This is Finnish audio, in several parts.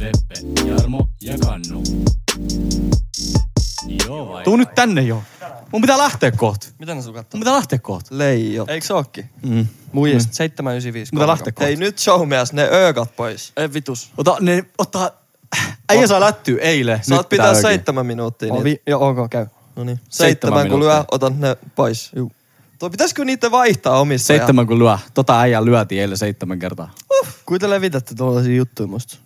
Veppe, Jarmo ja Kannu. Joo vai? Tuu nyt tänne jo. Mun pitää lähteä kohta. Mitä ne sun kattoo? Mun pitää lähteä kohta. Leijo. Eikö se ookin? Mm. Muijasta 795. Mutta lähtee kohta. Ei nyt showmies, ne öökat pois. Ei vitus. Ota, ne, ottaa... Äijä saa lättyä eilen. Saat pitää täällä. seitsemän minuuttia. Ovi- niitä. Joo, ok, käy. No niin. Seitsemän kun minuuttia. lyö, otan ne pois. Juu. Tuo pitäisikö niitä vaihtaa omissa? Seitsemän kun lyö. Tota äijä lyötiin eilen seitsemän kertaa. Ja... Kuinka levitätte tuollaisia juttuja musta?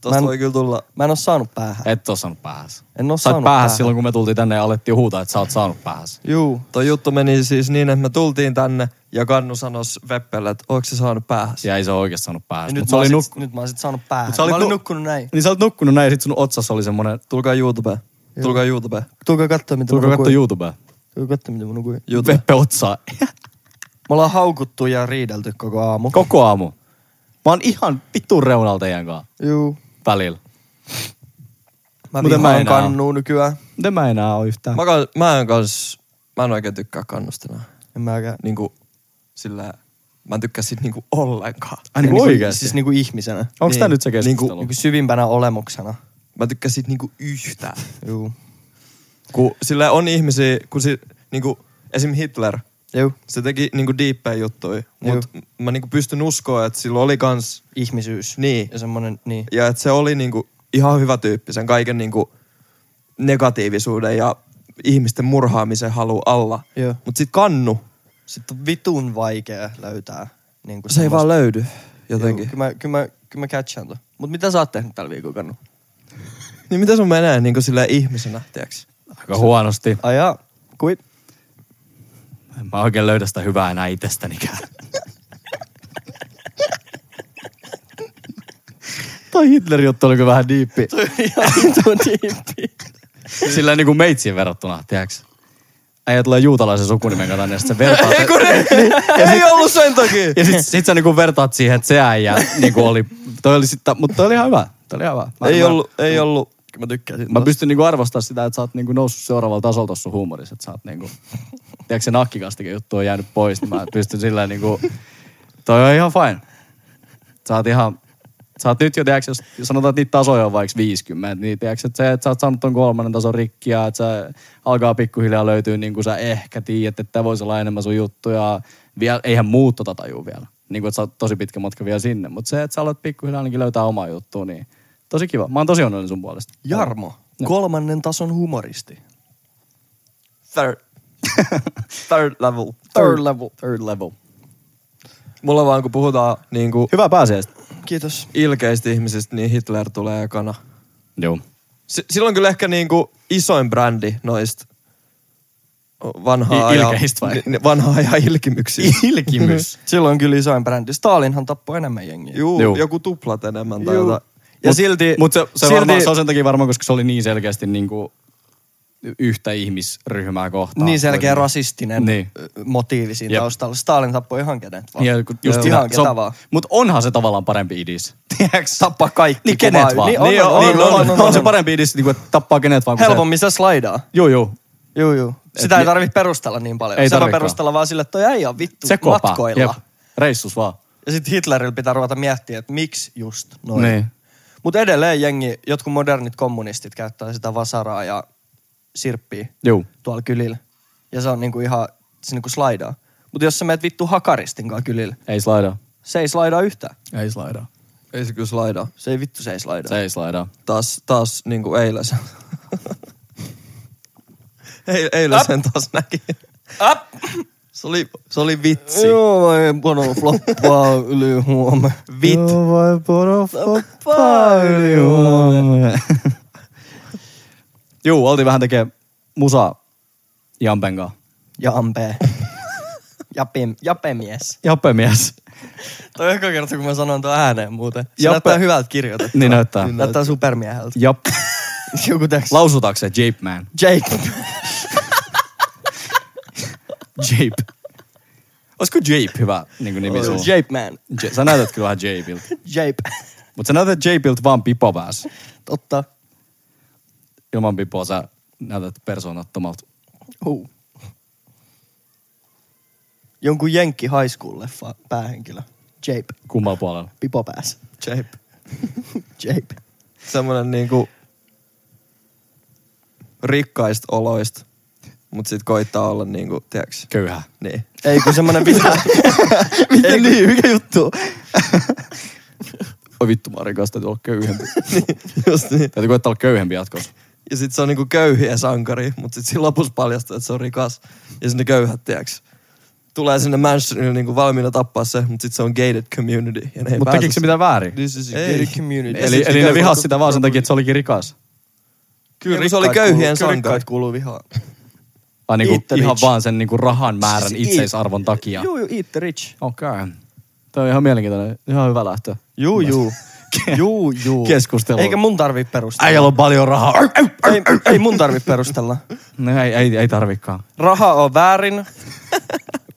Tosta Mä en- voi kyllä tulla. Mä en oo saanut päähän. Ah. Et oo saanut päähäs. En oo Sä saanut oot päähäs silloin, kun me tultiin tänne ja alettiin huutaa, että sä oot saanut päähäs. Juu. Tuo juttu meni siis niin, että me tultiin tänne ja Kannu sanos Veppelle, että ootko se saanut päähän? Ja ei se oo oikeesti saanut päähäs. Ja nyt, Mut mä se oli oon nuk... sit, nyt mä oon sit saanut päähän. Mut sä Mä olit olin nu- nukkunut näin. Niin sä oot nukkunut näin ja sit sun otsassa oli semmonen... Tulkaa YouTubeen. Tulkaa YouTubeen. Tulkaa katsoa, mitä Tulkaa mä kattoo nukuin. YouTubea. Tulkaa katsoa, mitä mä nukuin. Veppe otsaa. Me ollaan haukuttu ja riidelty koko aamu. Koko aamu. Mä oon ihan vitun reunalla teidän kanssa. Juu. Välillä. Mä Muten Muten mä vihaan enää oon. kannuu nykyään. Miten mä enää oo yhtään? Mä, kans, mä en kans, mä en oikein tykkää kannusta enää. En mäkään. Niinku sillä, mä en tykkää sit niinku ollenkaan. Ai niinku Ja oikeesti? Siis niinku ihmisenä. Onks tää nyt se keskustelu? Niinku, niinku syvimpänä olemuksena. Mä en tykkää sit niinku yhtään. Juu. Kun sillä on ihmisiä, kun si, niinku, esim. Hitler. Juu. Se teki niinku diippejä juttuja. Mut mä niinku pystyn uskoa, että sillä oli kans Ihmisyys. niin. Ja semmonen, niin. Ja että se oli niinku ihan hyvä tyyppi sen kaiken niinku negatiivisuuden ja ihmisten murhaamisen halu alla. Joo. Mutta sitten kannu, Sitten on vitun vaikea löytää. Niin se ei vaan löydy jotenkin. Kyllä mä, kyllä mä, kyllä mä catchaan ton. Mut mitä sä oot tehnyt tällä viikolla, Kannu? Niin mitä sun menee niinku sillä ihmisenä, tiiäks? Aika huonosti. Ai jaa. Kui? En mä oikein löydä sitä hyvää enää itsestänikään. Toi Hitlerin juttu oli kyllä vähän diippi. Tuo diippi. Sillä niinku meitsiin verrattuna, tiiäks? Äijä tulee juutalaisen sukunimen kanssa, ja sit sä vertaat... Niin, Ei ollut sen takia! ja sit, sit sä niinku vertaat siihen, että se äijä niinku oli... Toi oli sit, mutta toi oli ihan hyvä. Toi oli ihan hyvä. Mä, ei mä, ollut, ei ollut. Mä tykkään siitä. Mä pystyn niinku arvostamaan sitä, että sä oot niinku noussut seuraavalla tasolla tossa sun huumorissa, että sä oot niinku... Tiedätkö se nakkikastikin juttu on jäänyt pois, niin mä pystyn sillä niinku... Toi on ihan fine. Sä oot ihan... Sä oot nyt jo, tiedätkö, jos jos sanotaan, että niitä tasoja on vaikka 50, niin tiedätkö, että, se, että sä oot saanut ton kolmannen tason rikkiä, että sä alkaa pikkuhiljaa löytyä niin kuin sä ehkä tiedät, että tämä voisi olla enemmän sun juttu ja vielä, eihän muut tota tajuu vielä. Niin kuin, että sä oot tosi pitkä matka vielä sinne, mutta se, että sä alat pikkuhiljaa ainakin löytää omaa juttua, niin tosi kiva. Mä oon tosi onnellinen sun puolesta. Jarmo. Kolmannen tason humoristi. Third. Third level. Third level. Third level. Mulla vaan kun puhutaan niinku Hyvää pääsiäistä. Kiitos. ilkeistä ihmisistä, niin Hitler tulee ekana. Joo. S- silloin kyllä ehkä niinku isoin brändi noista vanhaa I- ajaa, ilkeistä vai? ni- vanhaa ajaa ilkimyksiä. Mm-hmm. Ilkimys. Silloin kyllä isoin brändi. Stalinhan tappoi enemmän jengiä. Juu, Juu. Juu, joku tuplat enemmän tai Juu. jotain. Ja mut, silti... Mutta se, se, silti- varmaan, se on sen takia varmaan, koska se oli niin selkeästi niinku y- yhtä ihmisryhmää kohtaan. Niin selkeä rasistinen Niin. niin. motiivi siinä Jep. taustalla. Stalin tappoi ihan kenet vaan. Ja, kun just Niin, ihan ketä vaan. Mutta onhan se tavallaan parempi idis. Tiedäks? Tappaa kaikki. Niin kun kenet vaan. Niin on, niin, on, niin, on, on, on, on, se parempi idis, niinku, että tappaa kenet vaan. kun Helpommin se slaidaa. Se, joo, joo. Juu, juu. Sitä ei Et ni- tarvitse perustella niin paljon. Ei Ei se voi tarvikaan. perustella vaan sille, että toi äijä on vittu Se kopaa. matkoilla. Jep. Reissus vaan. Ja sitten Hitlerillä pitää ruveta miettiä, että miksi just noin. Niin. Mutta edelleen jengi, jotkut modernit kommunistit käyttää sitä vasaraa ja sirppiä Joo. tuolla kylillä. Ja se on niinku ihan, se niinku slaidaa. Mutta jos sä meet vittu hakaristin kanssa kylillä, Ei slaidaa. se ei slaidaa yhtään. Ei slaidaa. Ei se kyllä slaidaa. Se ei vittu se ei slaidaa. Se ei slaidaa. Taas, taas niin kuin eilen sen. Ei, eilen sen taas näki. Up! Se oli, se oli vitsi. Joo, mä en pano floppaa yli huomenna. Vit. vai Juu, oltiin vähän tekee musaa Jampen kanssa. Ja ampee. Jape, japemies. Japemies. Toi on joka kerta, kun mä sanon tuon ääneen muuten. Se Jape- näyttää hyvältä kirjoitettu. Niin näyttää. Näyttää supermieheltä. Jap. Joku teksti. Lausutaanko se Jape Man? Jake. Jape. Olisiko Jape hyvä niin kuin nimi sulla? Jape man. Ja- Sä näytät kyllä vähän Japeilta. Jape. Mutta sä näytät Japeilta vaan pipopäässä. Totta. Ilman pipoa sä näytät persoonattomalta. Huu. Jonkun Jenkki High School-leffa päähenkilö. Jape. Kumman puolella? Pipo pääs. Jape. Jape. Semmoinen niinku rikkaista oloista, mut sit koittaa olla niinku, tiiäks, Köyhä. niin. Ei kun semmonen pitää. Miten niin? Mikä juttu? Oi vittu, mä oon rikas, täytyy olla köyhempi. Just niin. täytyy koittaa olla köyhempi jatkossa. Ja sit se on niinku köyhiä sankari, mut sit siinä lopussa paljastaa, että se on rikas. Ja sinne köyhät, tiiäks, tulee sinne mansionille niinku valmiina tappaa se, mut sit se on gated community. Ja ne ei Mutta pääse tekikö se mitään väärin? This is a Ei. gay community. Eli, eli ne vihas sitä vaan sen takia, että se olikin rikas. Kyllä, kun se oli köyhien sankari. kuuluu vihaan. Ai niinku Eat the ihan rich. vaan sen niinku rahan määrän itseisarvon takia. Siis Juu, juu, eat the rich. Okei. Okay. Tämä on ihan mielenkiintoinen. Ihan hyvä lähtö. Juu, juu. juu, juu. Keskustelu. Eikä mun tarvi perustella. Äijällä on paljon rahaa. Arr, äy. ei, ei mun tarvi perustella. No ei, ei, ei tarvikaan. Raha on väärin.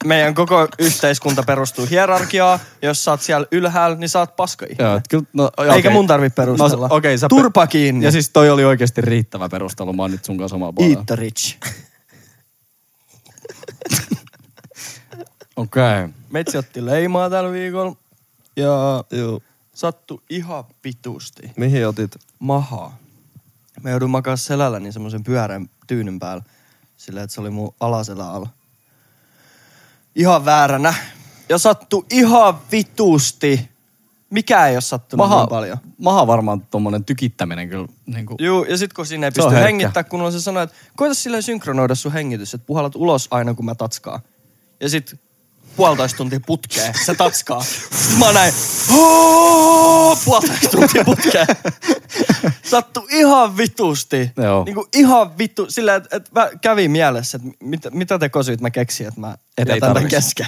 Meidän koko yhteiskunta perustuu hierarkiaan. Jos sä oot siellä ylhäällä, niin sä oot paskoi. Joo, et kyllä, no, Eikä mun tarvi perustella. No, okay, sä Turpa kiinni. Ja siis toi oli oikeasti riittävä perustelu. Mä oon nyt sun kanssa samaa puolella. Eat the rich. Okei. Okay. Metsi otti leimaa tällä viikolla. Ja Joo. sattu ihan pituusti. Mihin otit? mahaa. Mä joudun makaa selälläni semmoisen pyörän tyynyn päällä. Sillä, että se oli mun alaselä alla. Ihan vääränä. Ja sattu ihan vitusti. Mikä ei ole sattunut Maha, niin paljon. maha varmaan tommonen tykittäminen kyllä. Niin kuin, Juu, ja sit kun siinä ei Se on pysty herkkä. hengittää, kun on se sanoi, että koita silleen synkronoida sun hengitys, että puhalat ulos aina kun mä tatskaan. Ja sit puolitoista tuntia putkeen, se tatskaa. Mä oon näin, "Hoo!" puolitoista tuntia putkeen. Sattu ihan vitusti. Joo. Niinku ihan vittu, sillä että et mä kävin mielessä, että mitä, mitä te kosyit mä keksin, että mä Et et ei jätän tämän tarvis. kesken.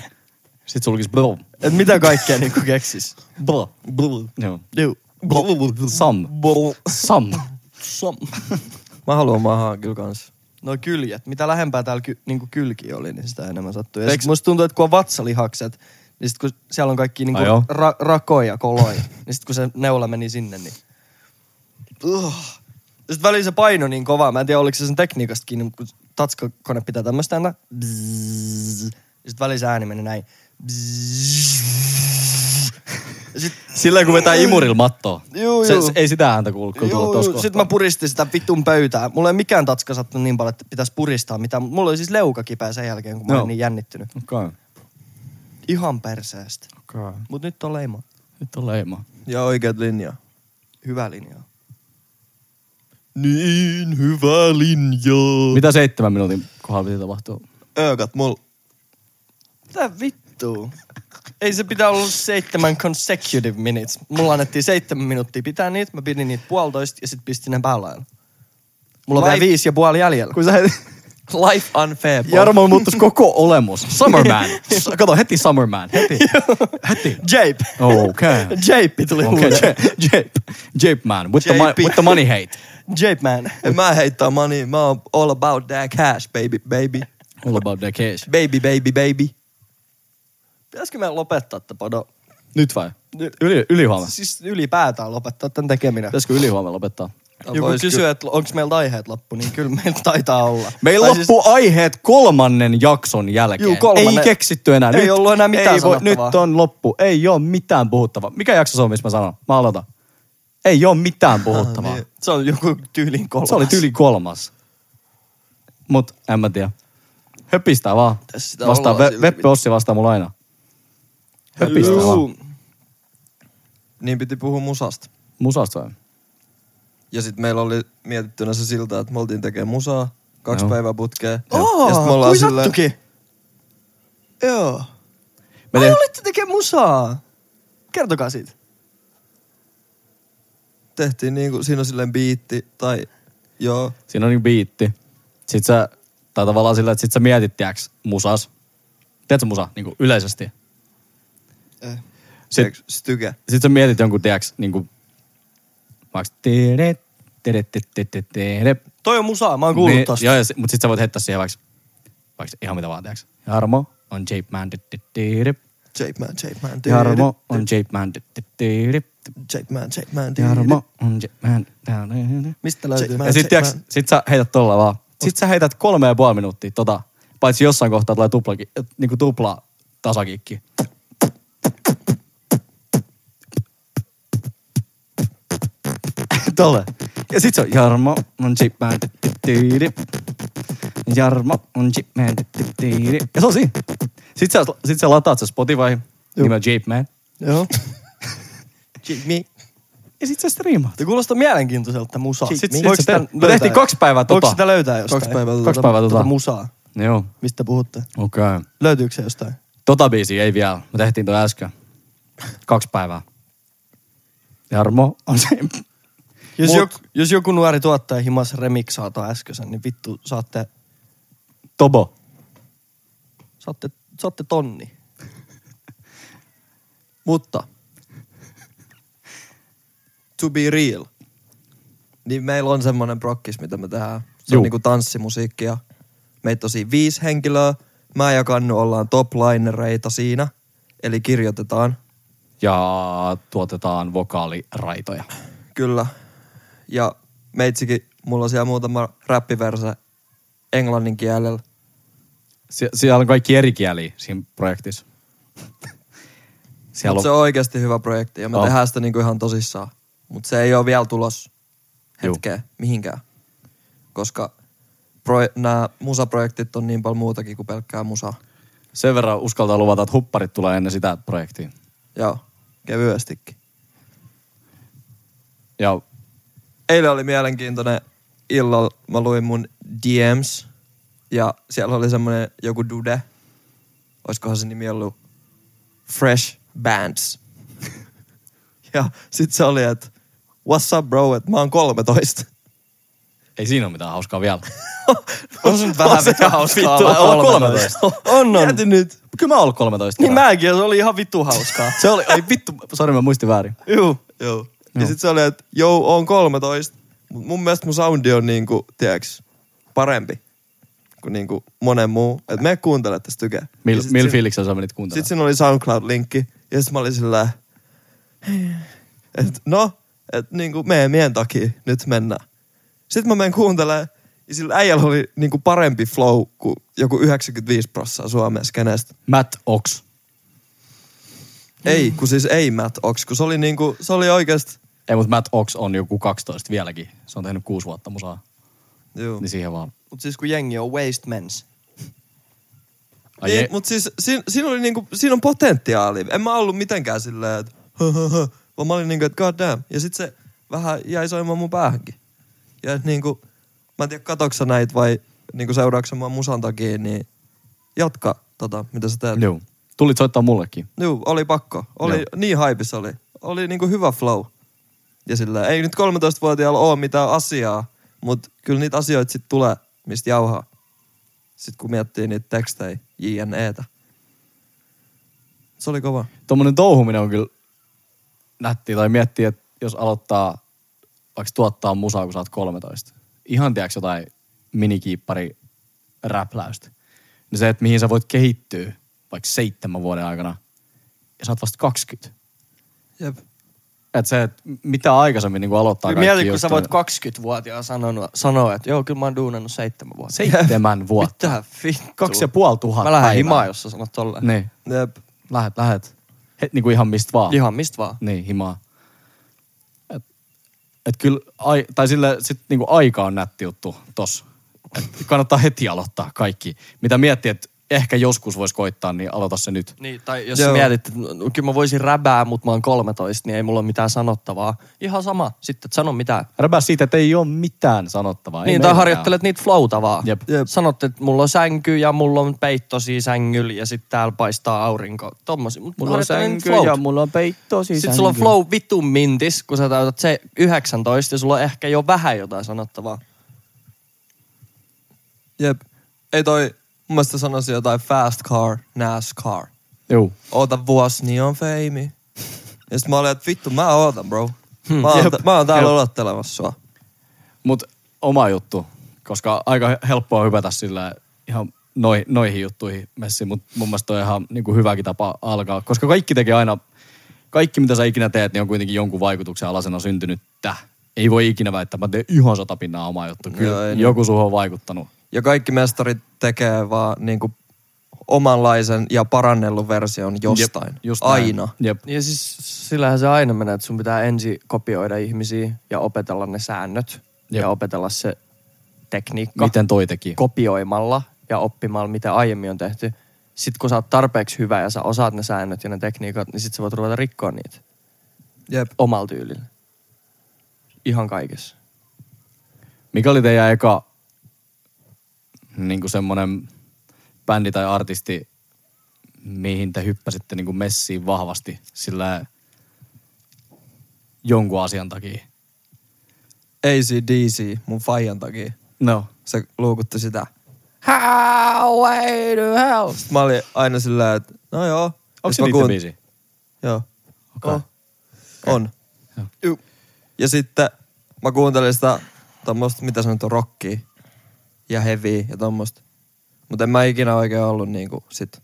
sit sulkis blum. Että mitä kaikkea niinku keksis. Blum. Blum. Joo. Juu. Sam. Sam. Som. Mä haluan mahaa kyllä kans. No kyljet. Mitä lähempää täällä ky, niin kylki oli, niin sitä enemmän sattui. Ja Eiks- sit musta tuntuu, että kun on vatsalihakset, niin sit kun siellä on kaikki niin Ai joo. ra, rakoja, koloja, niin sit kun se neula meni sinne, niin... Uh. Sitten väliin se paino niin kovaa. Mä en tiedä, oliko se sen tekniikasta kiinni, mutta kun tatskakone pitää tämmöistä ääntä. Sitten väliin se ääni meni näin. Sitten Silleen kun vetää imurilla mattoa. Juu, se, juu. se, ei sitä ääntä kuulu, kun tulla tos Sitten mä puristin sitä vitun pöytää. Mulla ei mikään tatska sattunut niin paljon, että pitäisi puristaa mitään. Mulla oli siis leuka kipeä sen jälkeen, kun mä Joo. olin niin jännittynyt. Okei. Ihan perseestä. Okei. Mut nyt on leima. Nyt on leima. Ja oikeat linjaa. Hyvä linja. Niin hyvä linja. Mitä seitsemän minuutin kohdalla piti tapahtua? Öökat mul. Mitä vittua? Ei se pitää olla seitsemän consecutive minutes. Mulla annettiin seitsemän minuuttia pitää niitä. Mä pidin niitä puolitoista ja sit pistin ne päällä. Mulla on vielä Life- viisi ja puoli jäljellä. Kun sä heti... Life unfair. Jarmo muuttus koko olemus. Summerman. Kato, heti Summerman. Heti. heti. Jape. Okei. Jape tuli Okei, mulle. Jape, Jape, Jape man, with, the, Jape. mo- with the money hate. Jape man. En mä heittää money. Mä oon all about that cash, baby, baby. All about the cash. Baby, baby, baby. Pitäisikö meidän lopettaa tämä podo? Nyt vai? Yli, ylihuomenna. Siis ylipäätään lopettaa tämän tekeminen. Pitäisikö ylihuomenna lopettaa? Joku Vois kysyy, että onko meillä aiheet loppu, niin kyllä meillä taitaa olla. Meillä Tai siis- loppuu aiheet kolmannen jakson jälkeen. Juu, kolmannen- Ei keksitty enää. Ei nyt, ollut enää mitään ei voi, Nyt sanottavaa. on loppu. Ei ole mitään puhuttavaa. Mikä jakso se on, missä mä sanon? Mä aloitan. Ei ole mitään puhuttavaa. Siis, se on joku tyylin kolmas. Se oli tyli kolmas. Mut en mä tiedä. Höpistää vaan. Tässä sitä Vastaa, ollaan Ve- silti. Veppe Ossi vastaa mulla aina. Höpistää vaan. Juu. Niin piti puhua musasta. Musasta vai? Ja sit meillä oli mietittynä se siltä, että me oltiin tekemään musaa. Kaksi Joo. päivää putkea. Oo, ja sit me kui ollaan silleen, sattukin. Joo. Me Mä Ai, te- olitte tekemään musaa. Kertokaa siitä. niin tehtiin niinku, siinä on silleen biitti tai joo. Siinä on niinku biitti. Sit sä, tai tavallaan sillä, että sit sä mietit, tiiäks, musas. Tiedätkö musa, niin kuin yleisesti? Sit- Tiedätkö, Stykä. Sitten sä mietit jonkun, tiedäks, niinku... Vaikka... tere, tere, tere, tere, tere. Toi on musaa, mä oon kuullut Niin, niin, tosta. Joo, ja, si- mut sit sä voit heittää siihen vaikka... Vaikka ihan mitä vaan, tiedäks. Jarmo on Jape Man. tit, tit, tirip. Jape man, Jape man. tiiri. Jarmo on Jape Man. tit, tit, tirip. Jape man, Jape man. tiiri. Jarmo on Jape Man. tää, nää, nää, nää. Mistä Jack löytyy? Man. Ja sit, tiiäks, sit sä heität tolla vaan. Sit sä heität kolme ja puoli minuuttia tota. Paitsi jossain kohtaa tulee tupla, niinku tupla tasakikki. Tolle. Ja sit se on Jarmo on chipman tiiri. Jarmo on chipman tiiri. Ja se on siinä. Sit sä, sit sä lataat se Spotify nimellä Japeman. Joo. Jimmy. Ja sit sä striimaat. Te kuulostaa mielenkiintoiselta musaa. Sit, sit, sit, sit, sit, me tehtiin kaksi päivää Voiko tota. sitä löytää jostain? Kaksi päivää Kaksi päivää tota. Tätä musaa, Joo. mistä puhutte. Okei. Okay. Löytyykö se jostain? Tota biisiä ei vielä. Me tehtiin toi äsken. Kaksi päivää. Jarmo on se. Jos, Mut- Mut... joku, jos joku nuori tuottaja himas remiksaa tuon äskeisen, niin vittu saatte, Tobo. saatte, saatte tonni. Mutta To be real. Niin meillä on semmoinen prokkis, mitä me tehdään. Se Juu. on niinku tanssimusiikkia. Meitä on siinä viisi henkilöä. Mä ja Kannu ollaan toplinereita siinä. Eli kirjoitetaan. Ja tuotetaan vokaaliraitoja. Kyllä. Ja meitsikin, mulla on siellä muutama räppiverse englannin kielellä. Sie- siellä on kaikki eri kieliä siinä projektissa. Siellä Mut on, se on oikeasti hyvä projekti ja me On. tehdään sitä niinku ihan tosissaan. Mutta se ei ole vielä tulos hetkeä mihinkään. Koska proje- nämä musaprojektit on niin paljon muutakin kuin pelkkää musaa. sen verran uskaltaa luvata, että hupparit tulee ennen sitä projektia. Joo, kevyestikin. Ja Eilen oli mielenkiintoinen illalla. Mä luin mun DMs ja siellä oli semmoinen joku dude. Oiskohan se nimi ollut Fresh Bands. ja sit se oli, että what's up bro, että mä oon 13. ei siinä ole mitään hauskaa vielä. on se nyt vähän se vittu ihan hauskaa. vittu vai? olla On, on. 13. On, on. Mieti nyt. Kyllä mä oon ollut 13. Niin kerran. mäkin, ja se oli ihan vittu hauskaa. Se oli, ei vittu, sori mä muistin väärin. Juu. Joo. Ja sit se oli, että joo, on 13. Mut mun mielestä mun soundi on niinku, tiiäks, parempi kuin niinku monen muu. Et me kuuntele tästä tykeä. Mil, Ja sit millä siinä- fiiliksellä sä menit kuuntelemaan? Sitten siinä oli SoundCloud-linkki, ja sitten mä olin sillä että no, että niinku meidän mien takia nyt mennään. Sitten mä menen kuuntelemaan, ja sillä äijällä oli niinku parempi flow kuin joku 95 prossaa Suomessa kenestä. Matt Ox. Ei, kun siis ei Matt Ox, kun se oli niinku, se oli oikeesti... Ei, mutta Matt Ox on joku 12 vieläkin. Se on tehnyt kuusi vuotta musaa. Juu. Niin siihen vaan. Mut siis kun jengi on waste mens. Ai Niin, ei, mutta siis siinä, siinä, oli niinku, siinä on potentiaali. En mä ollut mitenkään silleen, että hö, hö, hö, vaan mä olin niinku, että god damn. Ja sit se vähän jäi soimaan mun päähänkin. Ja et niinku, mä en tiedä katoksa näitä vai niinku seuraaksa mä musan takia, niin jatka tota, mitä sä teet. Joo. Tulit soittaa mullekin. Juu, oli pakko. Oli, Joo. niin haipis oli. Oli niinku hyvä flow. Ja sillä ei nyt 13-vuotiaalla ole mitään asiaa, mutta kyllä niitä asioita sitten tulee, mistä jauhaa. Sitten kun miettii niitä tekstejä, JNEtä. Se oli kova. Tuommoinen touhuminen on kyllä nätti. Tai miettii, että jos aloittaa vaikka tuottaa musaa, kun sä oot 13. Ihan tiedäks jotain minikiippari räpläystä. Niin se, että mihin sä voit kehittyä vaikka seitsemän vuoden aikana. Ja sä oot vasta 20. Jep. Että se, että mitä aikaisemmin niin aloittaa kaikki Mieti, kun sä jutut. voit 20-vuotiaan sanonut- sanoa, että joo, kyllä mä oon duunannut seitsemän vuotta. Seitsemän vuotta. Mitä vittu? Kaksi ja puoli tuhatta Mä lähden päivää. himaan, jos sä sanot tolleen. Niin. Jep. Lähet, lähet. He, niin kuin ihan mistä vaan. Ihan mistä vaan. Niin, himaa. Et, et kyllä, ai, tai sille sit niinku aika on nätti juttu tossa. Et kannattaa heti aloittaa kaikki. Mitä miettii, että ehkä joskus voisi koittaa, niin aloita se nyt. Niin, tai jos Joo. Joo. mietit, että no, kyllä mä voisin räbää, mutta mä oon 13, niin ei mulla ole mitään sanottavaa. Ihan sama, sitten et sano mitään. Räpää siitä, että ei ole mitään sanottavaa. Niin, ei tai meilläkään. harjoittelet niitä flowta vaan. Jep. Jep. Sanot, että mulla on sänky ja mulla on peitto siinä sängyllä ja sitten täällä paistaa aurinko. Tommosia. Mut Mulla on harjoittele niitä sänky flowta. ja mulla on peitto siis Sitten sulla on flow vitun mintis, kun sä täytät se 19 ja sulla on ehkä jo vähän jotain sanottavaa. Jep. Ei toi Mun mielestä sanoisin jotain fast car, NASCAR. Juu. Oota vuosi, niin on feimi. Ja sit mä olin, että vittu, mä ootan, bro. Hmm. Mä oon, t- mä oon täällä odottelemassa sua. Mut oma juttu, koska aika helppoa hypätä sillä ihan noi, noihin juttuihin messiin, mutta mun mielestä toi on ihan niin kuin hyväkin tapa alkaa, koska kaikki tekee aina, kaikki mitä sä ikinä teet, niin on kuitenkin jonkun vaikutuksen alasena syntynyttä. Ei voi ikinä väittää, mä teen ihan satapinnaa omaa juttu. Kyllä Joo, Joo, ei joku suhun on vaikuttanut. Ja kaikki mestarit tekee vaan niinku omanlaisen ja parannellut version jostain. Jep, just näin. Aina. Jep. Ja siis sillähän se aina menee, että sun pitää ensin kopioida ihmisiä ja opetella ne säännöt Jep. ja Jep. opetella se tekniikka Miten toi teki? kopioimalla ja oppimalla, mitä aiemmin on tehty. Sitten kun sä oot tarpeeksi hyvä ja sä osaat ne säännöt ja ne tekniikat, niin sitten sä voit ruveta rikkoa niitä Jep. omalla tyylillä. Ihan kaikessa. Mikä oli teidän eka niin kuin semmoinen bändi tai artisti, mihin te hyppäsitte niin kuin messiin vahvasti sillä jonkun asian takia? ACDC mun faijan takia. No. Se luukutti sitä. How way to hell. Sitten mä olin aina sillä, että no joo. Onko Sit se mä niiden kuun- biisi? Joo. Okei. On. On. Juu. Ja sitten mä kuuntelin sitä tommoista, mitä se nyt on, rockia ja heviä ja tommoista. Mutta en mä ikinä oikein ollut niinku sit,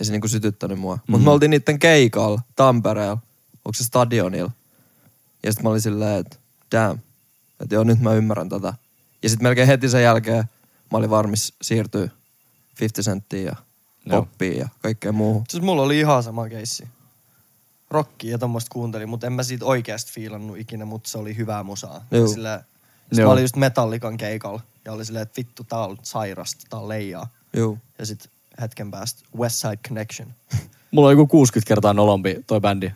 ei se niinku sytyttänyt mua. Mutta Mhm. me oltiin niitten keikalla Tampereella, onko se stadionilla. Ja sitten mä olin silleen, että damn, että joo nyt mä ymmärrän tätä. Ja sitten melkein heti sen jälkeen mä olin varmis siirtyä 50 senttiin ja Joo. poppiin ja kaikkea muuhun. Siis mulla oli ihan sama keissi. Rokki ja tommoista kuuntelin, mutta en mä siitä oikeasti fiilannut ikinä, mutta se oli hyvää musaa. Juu. Ja Sillä, sit mä Joo. olin just Metallikan keikalla ja oli silleen, että vittu tää on sairasta, tää on leijaa. Juu. Ja sit hetken päästä West Side Connection. Mulla on joku 60 kertaa nolompi toi bändi.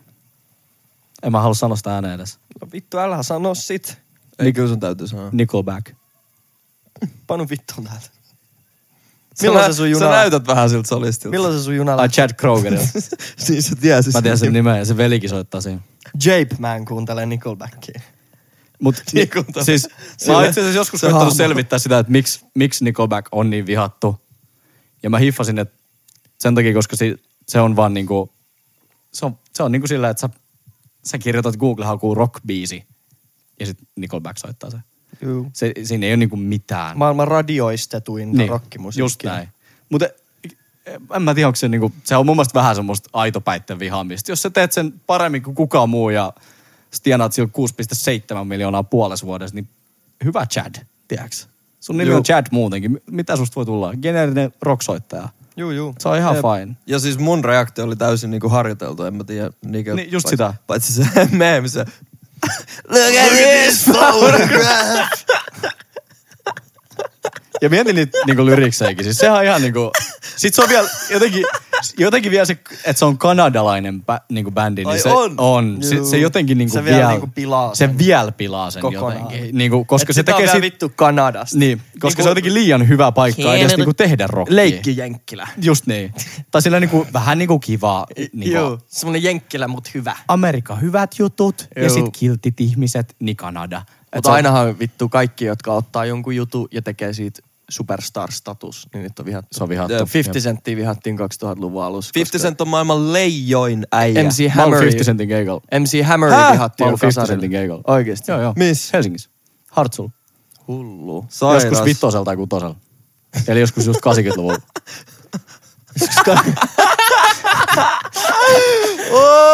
En mä halua sanoa sitä ääneen edes. No vittu, älä sano sit. Ei kyllä sun täytyy sanoa. Nickelback. Panu vittu täältä. sä, Milloin se sun Sä juna, näytät vähän siltä solistilta. milloin se sun juna Ai lähti? Chad Krogerilta. niin sä tiesit. Mä tiedän sen nimen ja se velikin soittaa siinä. Jape Man kuuntelee Nickelbackia. Mut, Niin kuin tämä- siis, mä oon sille- itse asiassa joskus se koittanut hahmo. selvittää sitä, että miksi, miksi Nickelback on niin vihattu. Ja mä hiffasin, että sen takia, koska si, se on vaan niinku, se on, se on niinku sillä, että sä, sä kirjoitat Google-hakuun rockbiisi ja sit Nickelback soittaa se. Juu. se siinä ei ole niinku mitään. Maailman radioistetuinta niin, rockimusiikkia. Just näin. Mutta en mä tiedä, onko se niinku, se on mun mielestä vähän semmoista aitopäitten vihaamista. Jos sä teet sen paremmin kuin kukaan muu ja sä tienaat sillä 6,7 miljoonaa puolessa vuodessa, niin hyvä Chad, tiedäks? Sun nimi Juu. on Chad muutenkin. M- Mitä susta voi tulla? Geneerinen rocksoittaja. Juu, juu. Se on ihan Jep. fine. Ja siis mun reaktio oli täysin niinku harjoiteltu, en mä tiedä. Niinku, Niin, just paitsi- sitä. Paitsi se meemi, se... Look at this photograph! Ja mietin niitä niinku lyriksejäkin. Siis sehän on ihan niinku... Sit se on vielä jotenkin, jotenkin vielä se, että se on kanadalainen bä, niinku bändi. Niin Ai se on? on. Se, se jotenkin niinku Se vielä vielä niinku pilaa sen. Se vielä pilaa sen Kokonaan. jotenkin. Niinku, koska Et se sitä on tekee vielä sit, vittu Kanadasta. Niin, koska se on jotenkin liian hyvä paikka edes niinku tehdä rockia. Leikki Jenkkilä. Just niin. Tai sillä niinku, vähän niinku kivaa. Niin. Niinku, Semmonen Jenkkilä, mut hyvä. Amerikka hyvät jutut ja Juu. sit kiltit ihmiset, niin Kanada. Et se Mutta on- ainahan vittu kaikki, jotka ottaa jonkun jutun ja tekee siitä superstar-status, niin nyt on vihattu. Se on vihattu. Jep. 50 senttiä vihattiin 2000-luvun alussa. 50 Cent on maailman leijoin äijä. MC Mä oon Hammeri. 50 Centin keikalla. MC Hammeri Häh? vihattiin Mä jo oon 50 kasarilla. Centin keikalla. Oikeesti? Joo, joo. Miss? Helsingissä. Hartsulla. Hullu. Sairas. Joskus vitosella tai kutosella. Eli joskus just 80-luvulla.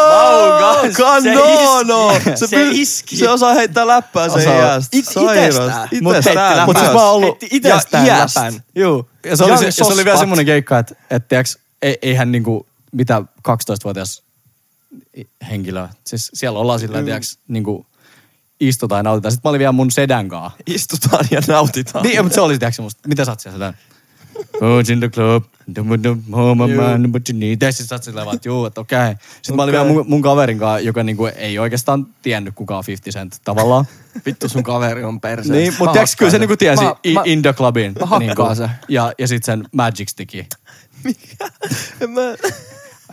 Oh, Kanono! Se iski. Se osaa heittää läppää sen Osaa. iästä. It- itsestään. Mut Itsestään. Mut siis myös. mä oon ollut... Heitti itsestään Ja iästä. läpän. Juu. Ja se oli, se, Young ja se oli vielä Sospat. semmoinen keikka, että et, tiiäks, ei, eihän niinku, mitä 12-vuotias henkilö, siis siellä ollaan sillä, mm. tiiäks, niinku, istutaan ja nautitaan. Sitten mä olin vielä mun sedän kaa. Istutaan ja nautitaan. Niin, mutta se oli tiiäks semmoista, mitä sä oot siellä sedän? Who's in the club? Dum, dum, home Juu. man, but you need this. Sitten sä oot sillä vaan, että juu, että okei. Okay. Sitten mä olin Okei. vielä mun, mun kaverin kanssa, joka niinku ei oikeastaan tiennyt kuka on 50 Cent tavallaan. Vittu sun kaveri on perse. Niin, mutta tiiäks, kyllä se niinku tiesi Mä- i- mä- In the Clubin. mä hakkaan niinku. sen. Ja, ja sitten sen Magic Stickin. En mä...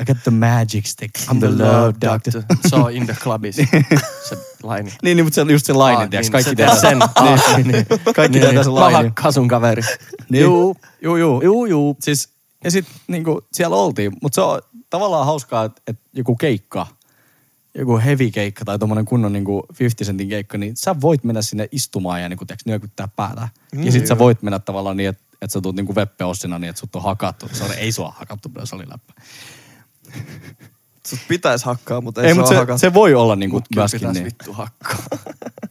I got the magic stick. I'm the love doctor. Se on in the clubissa. se laini. Niin, niin, mutta se on just se laine, tiiäks? Kaikki tietää tietää sen. Niin, niin. Kaikki tietää sen Mä lainen. hakkaan sun kaveri. Niin. Juu, juu, juu, juu, juu. Siis, ja sit niinku siellä oltiin, mutta se on tavallaan hauskaa, että et joku keikka, joku heavy keikka tai tommonen kunnon niinku 50 sentin keikka, niin sä voit mennä sinne istumaan ja niinku tiiäks, nyökyttää päätä. Mm, ja sit sä voit mennä tavallaan niin, että et sä tuut niinku Veppe Ossina niin, että sut on hakattu. Se on, ei sua ole hakattu, bro, se oli läppä. Sut pitäis hakkaa, mutta ei, Ei, saa mutta se, hakata. se, voi olla niinku Kyllä myöskin pitäis niin. vittu hakkaa.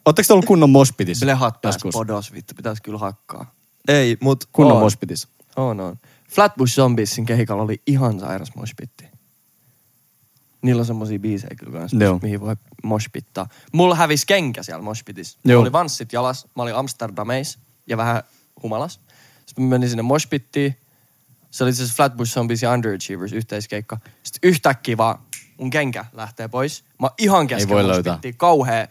Ootteko te ollut kunnon mospitissä? Blehat pääs joskus? podos, vittu. Pitäis kyllä hakkaa. ei, mut Kunnon oon. mospitissä. On, on. Flatbush Zombiesin kehikalla oli ihan sairas moshpitti. Niillä on semmosia biisejä kyllä kans, Joo. mihin voi moshpittaa. Mulla hävisi kenkä siellä moshpitissä. Joo. Mulla oli vanssit jalas, mä olin Amsterdameis ja vähän humalas. Sitten mä menin sinne moshpittiin. Se oli siis Flatbush Zombies ja Underachievers yhteiskeikka. Sitten yhtäkkiä vaan mun kenkä lähtee pois. Mä oon ihan kesken Ei voi moshpittiä. löytää. Kauhea.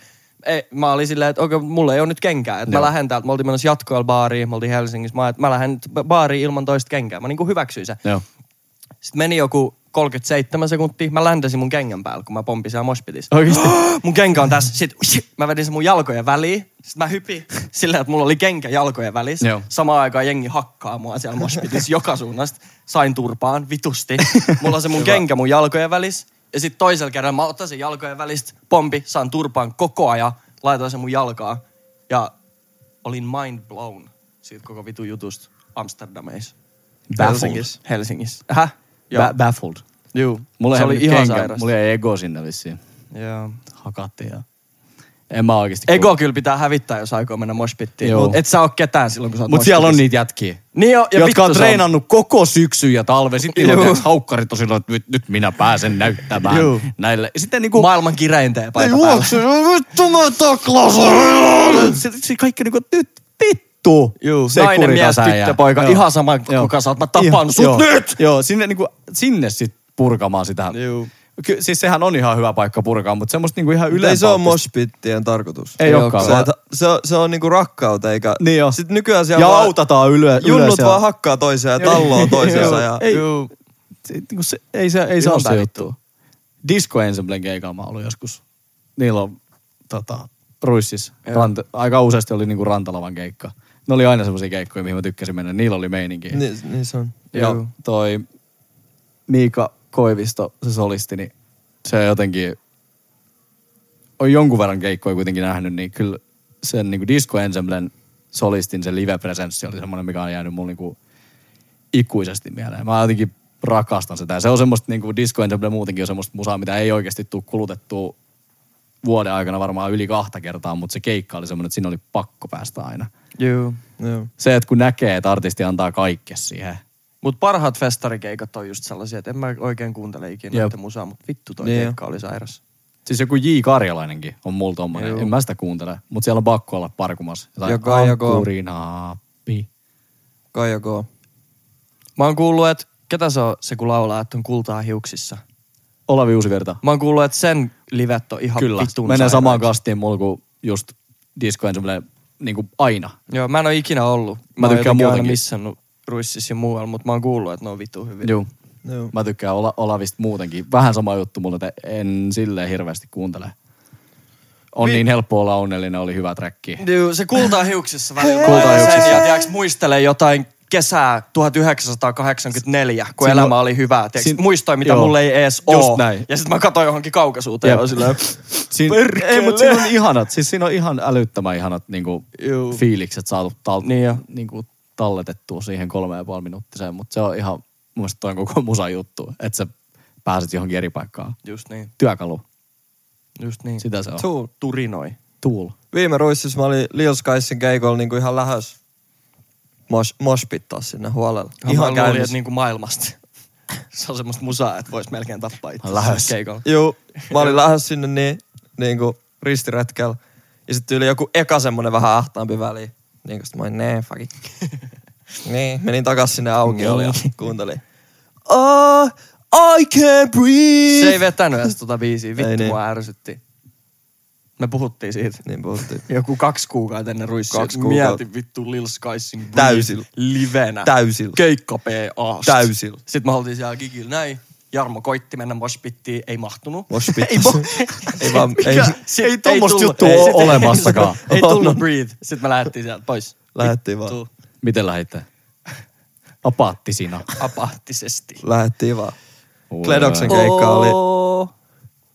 Ei, mä olin silleen, että okei, mulla ei ole nyt kenkää. Että mä Joo. lähden täältä. Mä oltiin menossa jatkoilla baariin. Mä oltiin Helsingissä. Mä, että mä lähden nyt ba- baariin ilman toista kenkää. Mä niinku hyväksyin sen. Joo. Sitten meni joku 37 sekuntia. Mä ländäsin mun kengän päällä, kun mä pompisin siellä moshpitissä. Oikeesti? mun kenkä on tässä. Sitten ush, mä vedin sen mun jalkojen väliin. Sitten mä hypin sillä, että mulla oli kenkä jalkojen välissä. Joo. Samaan aikaan jengi hakkaa mua siellä moshpitissä joka suunnasta. Sain turpaan vitusti. Mulla on se mun kenkä mun jalkojen välissä. Ja sitten toisella kerralla mä otan sen jalkojen välistä, pompi, saan turpaan koko ajan, laitan sen mun jalkaa. Ja olin mind blown siitä koko vitu jutusta Amsterdameissa. Helsingissä. Helsingissä. Häh? Joo. Ba- baffled. Juu. Mulla se oli ihan sairas. Mulla ei ego sinne vissiin. Joo. Hakattiin ja... En mä oikeesti... Ego kyllä pitää hävittää, jos aikoo mennä moshpittiin. Joo. Mut Et sä oo ketään silloin, kun sä oot Mut siellä on moshpitissä. niitä jätkiä. Niin jo, ja vittu jotka on se on. treenannut koko syksyn ja talven. Sitten niillä on Juu. tiiäks haukkarit on silloin, että nyt, nyt minä pääsen näyttämään Juu. näille. Ja Sitten niinku... Maailman kirein tee Ne paita päällä. juoksee, vittu mä taklasin. Sitten sit kaikki niinku, nyt vittu. Juu, nainen, mies, kurikasa tyttö, jää. poika, Joo. ihan sama, Joo. kuka sä oot, mä tapan sut Joo. nyt! Joo, sinne niinku, sinne sit purkamaan sitä. Juu. Ky- siis sehän on ihan hyvä paikka purkaa, mutta semmoista niinku ihan Mut yleensä. Ei se ole moshpittien tarkoitus. Ei olekaan. Se, se, se on niinku rakkautta, eikä... Niin joo. Sitten nykyään siellä Ja vaan- autataan ylö, Junnut ylös. ja- vaan hakkaa toisiaan ja talloo toisiansa. Ja... Ei, se, niinku se, ei se, ei se on Juontaa se juttu. Disco Ensemblen keikalla mä olin joskus. Niillä on tota, Ruissis. Ranta, aika useasti oli niinku Rantalavan keikka. Ne oli aina semmoisia keikkoja, mihin mä tykkäsin mennä. Niillä oli meininki. Niin, niin se on. Ja toi Miika Koivisto, se solisti, niin se jotenkin on jonkun verran keikkoja kuitenkin nähnyt, niin kyllä sen niin kuin Disco Ensemblen solistin, se live-presenssi oli semmoinen, mikä on jäänyt mulle niin kuin ikuisesti mieleen. Mä jotenkin rakastan sitä. Ja Se on semmoista, niin kuin Disco Ensemble muutenkin on semmoista musaa, mitä ei oikeasti tule kulutettua vuoden aikana varmaan yli kahta kertaa, mutta se keikka oli semmoinen, että siinä oli pakko päästä aina. Juu. Joo. Se, että kun näkee, että artisti antaa kaikkea siihen, Mut parhaat festarikeikat on just sellaisia, että en mä oikein kuuntele ikinä Jep. näitä musaa, mut vittu toi Niin keikka oli sairas. Siis joku J. Karjalainenkin on mulla tommonen. En mä sitä kuuntele. Mutta siellä on pakko olla parkumassa. Jotain Joka- joka- ankkurinaappi. Kaija K. Mä oon kuullut, että ketä se on se, kun laulaa, että on kultaa hiuksissa. Olavi Uusivirta. Mä oon kuullut, että sen livet on ihan Kyllä. vittuun Menee sairaat. samaan kastiin mulla kuin just Disco Ensemble niinku aina. Joo, mä en ole ikinä ollut. Mä, tykkään oon jotenkin aina muutenkin. missannut ruississa ja muualla, mutta mä oon kuullut, että ne on vitu hyviä. Joo. Joo. Mä tykkään Ola- Olavista muutenkin. Vähän sama juttu mulla, että en silleen hirveästi kuuntele. On niin helppo olla onnellinen, oli hyvä träkki. Joo, se kultaa hiuksissa välillä. Kultaa Kultaa hiuksissa. hiuksissa. Ja tiiäks, muistelee jotain kesää 1984, kun Siinä- elämä oli hyvää. Tiiäks, Siin- muistoi, mitä joo. mulla ei edes Just oo. näin. Ja sitten mä katsoin johonkin kaukaisuuteen. Jep. ja oon Silleen, Siin, ei, mutta siinä on ihanat, siis siinä on ihan älyttömän ihanat niinku, Juu. fiilikset saatu tal- Niin jo. niinku, talletettua siihen kolmeen ja puoli minuuttiseen, mutta se on ihan, mun mielestä toi on koko musa juttu, että sä pääset johonkin eri paikkaan. just niin, Työkalu, just niin. sitä se on. Tuul. Turinoi. Tool. Viime ruississa mä olin Lioskaisin keikolla niinku ihan lähes mos, moshpittaa sinne huolella. Ihan Ihan mä luulin, käynnissä. että niinku maailmasta. Se on semmoista musaa, että vois melkein tappaa itse. Lähes. Keikolla. Juu, mä olin lähes sinne niin, niinku ristiretkellä. Ja sitten yli joku eka semmonen vähän ahtaampi väli. Niin kuin mä olin, nee, fuck it. niin, menin takas sinne aukiolle ja Niin. kuuntelin. Oh, I can't breathe. Se ei vetänyt edes tota biisiä. Vittu Ei niin. mua ärsytti. Me puhuttiin siitä. Niin puhuttiin. Joku kaksi kuukautta ennen ruissia. Kaksi kuukautta. Mietin vittu Lil Skysin Breeze Täysillä. Livenä. Täysillä. Keikka PA. Täysillä. Sitten me oltiin siellä gigillä näin. Jarmo koitti mennä moshpittiin, ei mahtunut. Moshpittiin. ei, mo- Ei vaan- Mikä? ei- Sit ei tommosta tullut- juttua oo sit- olemassakaan. ei tullut breathe. Sitten me lähdettiin sieltä pois. Lähettiin vaan. Vittu. Miten lähditte? apaattisina. apaattisesti. Lähettiin vaan. Kledoksen keikka oli,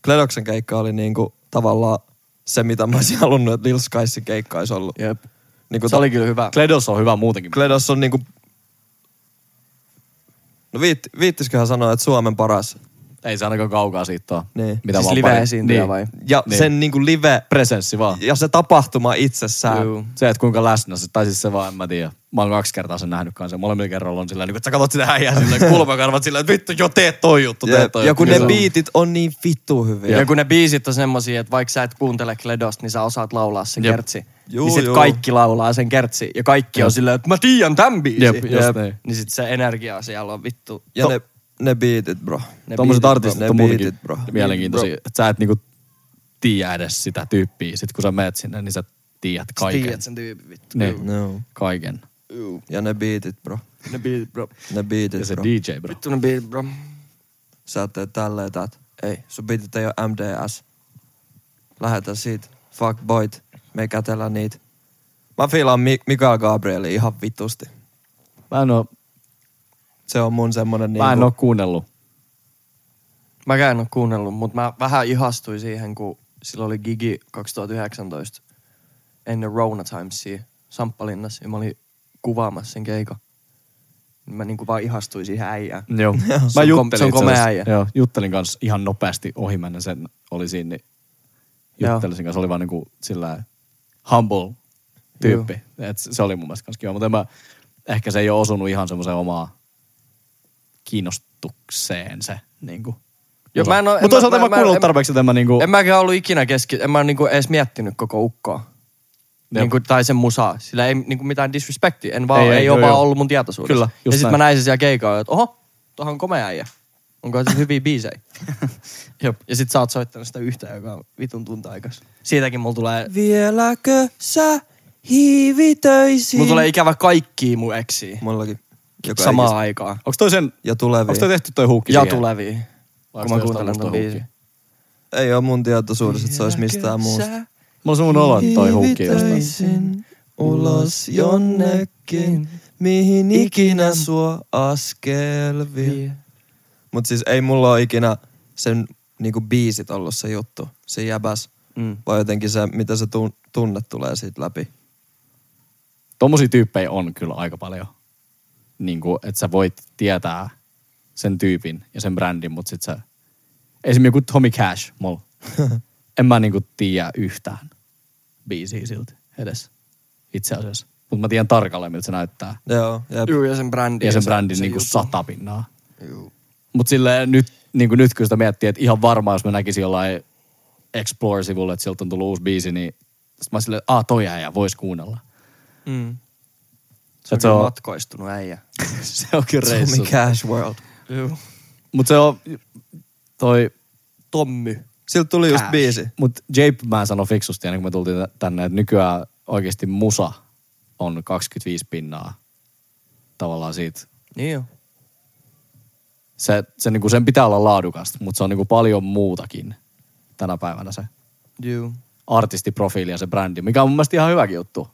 Kledoksen keikka oli niinku tavallaan se, mitä mä olisin halunnut, että Lil Skysin keikka olisi ollut. Jep. Niinku Se oli kyllä hyvä. Kledos on hyvä muutenkin. Kledos on niinku... No viitt, viittisköhän sanoa, että Suomen paras. Ei se ainakaan kaukaa siitä ole. Niin. Mitä Siis vaan live pari- esiintyjä vai? Ja niin. Niin. sen niinku live Presenssi vaan. ja se tapahtuma itsessään. Juu. Se, että kuinka läsnä se, tai siis se vaan, en mä tiedä. Mä oon kaksi kertaa sen nähnyt kanssa. Molemmilla kerralla on sillä, niin kun sä katsot sitä äijää sillä kulmakarvat sillä, että vittu jo teet toi juttu, Ja, teet toi ja kun ne juttu. biitit on niin vittu hyviä. Ja kun ne biisit on semmosia, että vaikka sä et kuuntele Kledosta, niin sä osaat laulaa sen Jep. kertsi. Juu, niin sit juu. kaikki laulaa sen kertsi. Ja kaikki on silleen, että mä tiedän tämän biisin. Jep, just niin. Niin sit se energia siellä on vittu. ja ne, ne biitit, bro. Ne Tuommoiset biitit, artistit bro. on Ne muutenkin biitit, bro. mielenkiintoisia. Että sä et niinku tiedä edes sitä tyyppiä. Sitten kun sä menet sinne, niin sä tiedät Sä kaiken. tiedät sen tyypin vittu. Niin. No. Kaiken. Ja ne biitit, bro. Ne biitit, bro. Ne Ja biitit, se bro. DJ, bro. Vittu ne biitit, bro. Sä teet tälleen täät. Ei, sun biitit ei ole MDS. Lähetä siitä. Fuck boyt. Me kätellä niitä. Mä fiilaan Mi- Mikael Gabrieli ihan vitusti. Mä en oo, Se on mun semmonen niinku... mä en oo kuunnellut. Mäkään en oo kuunnellut, mutta mä vähän ihastuin siihen, kun silloin oli Gigi 2019 ennen Rona Timesia Samppalinnassa ja mä olin kuvaamassa sen keikan. Mä niinku vaan ihastuin siihen äijään. Joo. Se Mä on kom- juttelin se on itse komea asiassa- äijä. Joo, juttelin kanssa ihan nopeasti ohimennen sen oli siinä, niin juttelin sen kanssa. Oli vaan niinku sillä humble tyyppi. Et se se oli mun mielestä kanssa kiva, mutta en mä, ehkä se ei ole osunut ihan semmoiseen omaa kiinnostukseen se niinku. Joo, mä en oo- en mä- Mutta toisaalta mä- mä, mä, mä- mä, kuunnellut en- tarpeeksi, että en mä niinku... En mäkään ollut ikinä keski... En mä niinku edes miettinyt koko ukkoa. Niinku, tai sen musaa. Sillä ei niinku mitään disrespectia. En vaan, ei, Ei, ei, ei, ei joo, ole vaan joo. ollut mun tietoisuudessa. Kyllä, ja just sit näin. mä näin sen siellä keikalla, että oho, tohan on komea äijä. Onko se hyviä biisejä? Jop. Ja sit sä oot soittanut sitä yhtä, joka on vitun tunta-aikas. Siitäkin mulla tulee... Vieläkö sä hiivitöisin? Mulla tulee ikävä kaikkia mun eksiä. Mullakin. Joka Samaa ikistä. aikaa. Onks toi sen... Ja tulevia. Onks toi Niin. tehty toi huukki Ja siihen? tulevia. Vai Kun mä onks toi kuuntelen jostain ton muusta biisin. Ei oo mun tietoisuudessa, että se olisi mistään muusta. Mulla on semmonen olo, että toi Niin, huukki jostain. Hiivitöisin ulos jonnekin, mihin ikinä sua askel vie. Mut siis ei mulla ole ikinä sen niinku biisit ollut se juttu, se jäbäs. Mm. Vaan jotenkin se, mitä se tun- tunne tulee siitä läpi. tommosia tyyppejä on kyllä aika paljon. Niin kuin, että sä voit tietää sen tyypin ja sen brändin, mutta sit sä... Esimerkiksi joku Tommy Cash mulla. en mä niinku tiedä yhtään biisiä silti edes itse asiassa. Mutta mä tiedän tarkalleen, miltä se näyttää. Joo, jep. Juu, ja sen brändi. Ja sen brändin niinku sata pinnaa. Mutta silleen nyt, niinku nyt kun sitä miettii, että ihan varmaan jos mä näkisin jollain Explore-sivulla, että sieltä on tullut uusi biisi, niin sit mä silleen, aah toi äijä, vois kuunnella. Mm. Se Se on on kyllä kyllä matkoistunut äijä. se on kyllä Tommy reissu. Cash World. Juu. Mutta se on toi, Tommy. Siltä tuli just biisi. mutta Jape mä sanoi fiksusti ennen kuin me tultiin tä- tänne, että nykyään oikeasti musa on 25 pinnaa tavallaan siitä. Niin joo. Se, se niinku, sen pitää olla laadukasta, mutta se on niinku paljon muutakin tänä päivänä se Juu. artistiprofiili ja se brändi, mikä on mun mielestä ihan hyväkin juttu.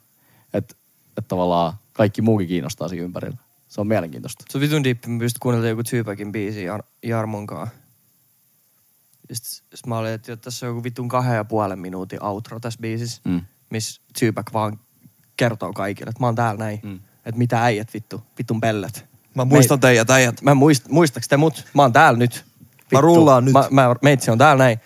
Että et tavallaan kaikki muukin kiinnostaa siinä ympärillä. Se on mielenkiintoista. Se on vitun diippi, mä pystyn kuunnella joku tyypäkin biisi Jar- Jarmon kanssa. Ja sit, sit mä olin, että tässä on joku vitun kahden ja puolen minuutin outro tässä biisissä, mm. Mm. missä tyypäk vaan kertoo kaikille, että mä oon täällä näin. Mm. Mm. Että mitä äijät vittu, vitun pellet. Mä muistan teidät äijät. Mä muist, muistaaks te mut? Mä oon täällä nyt. Vittu. rullaan nyt. Mä, mä, meitsi on täällä näin.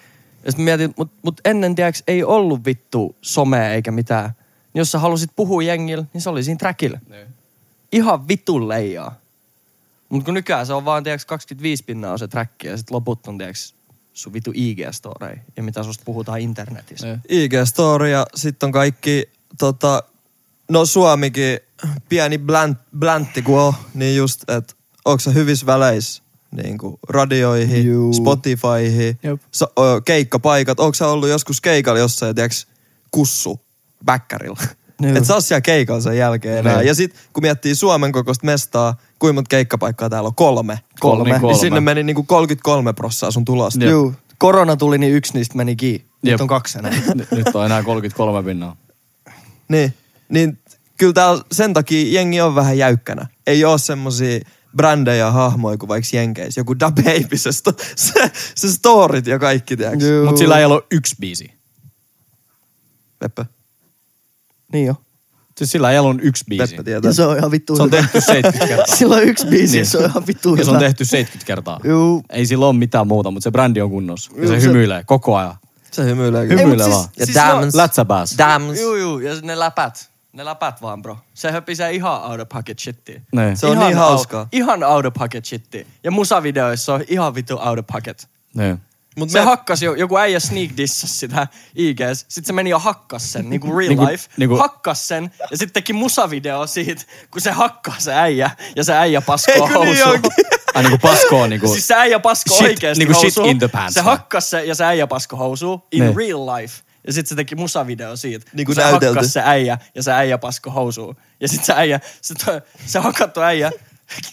Ja sit mä mietin, mut, mut ennen tiiäks ei ollut vittu somea eikä mitään. Niin Jos sä halusit puhua jengillä, niin se oli siinä trackillä. Ihan vitun leijaa. Mut kun nykyään se on vaan tiiäks 25 pinnaa on se track ja sit loput on tiiäks sun vitu IG-storei ja mitä susta puhutaan internetissä. Niin. IG-story ja sitten on kaikki, tota, no Suomikin, pieni blänt, bläntti kun on, niin just, että onko se hyvissä väleissä niin kuin radioihin, Juu. Spotifyhin, Jep. so, ö, keikkapaikat. Onko sä ollut joskus keikalla jossain, tiiäks, kussu, bäkkärillä? Juu. Et sä oo siellä keikalla sen jälkeen enää. Niin. Ja sit kun miettii Suomen kokoista mestaa, kuinka monta keikkapaikkaa täällä on? Kolme. Kolme. Niin Kolme. sinne meni niinku 33 prossaa sun tulosta. Juu. Korona tuli, niin yksi niistä meni kiinni. Nyt Jep. on kaksi enää. N- nyt on enää 33 pinnaa. Niin, niin kyllä täällä sen takia jengi on vähän jäykkänä. Ei ole semmosia brändejä ja hahmoja kuin vaikka Jenkeissä. Joku Da Baby, se, sto, se, se storit ja kaikki, tiedätkö? Mut sillä ei ollut yksi biisi. Peppe. Niin jo. Siis sillä ei ollut yksi biisi. Peppe tietää. Ja se on ihan vittu Se on hyvä. tehty 70 kertaa. Sillä on yksi biisi, Niin. se on ihan vittu Ja se on hyvä. tehty 70 kertaa. Juu. Ei sillä ole mitään muuta, mutta se brändi on kunnossa. Ja Juu, se se- hymyilee koko ajan. Se hymyilee. Ei, kyllä. mut siis- Ja siis Diamonds. Lätsä pääs. Dams. Juu, juu, ja ne läpät. Ne läpät vaan, bro. Se höpisee ihan out of pocket shittiä. Niin. Se on ihan niin au- hauskaa. Ihan out of pocket shittiä. Ja musavideoissa on ihan vittu out of pocket. Niin. Mut se me- hakkasi, jo- joku äijä sneak dissas sitä IGs. Sitten se meni ja hakkas sen, niinku real Niinku- life. niinku- Hakkas sen ja sitten teki musavideo siitä, kun se hakkaa se äijä. Ja se äijä paskoo Eikö niin housuun. onkin? Ai niinku paskoo niinku. Siis se äijä pasko Shit, oikeesti niinku shit housuun. in the pants, Niin. Se vai? hakkas se ja se äijä pasko housuun in Ne. real life. Ja sit se teki musavideo siitä, Niinku kun se näytelty. hakkas se äijä ja se äijä pasko housuun. Ja sit se äijä, se, to, se hakattu äijä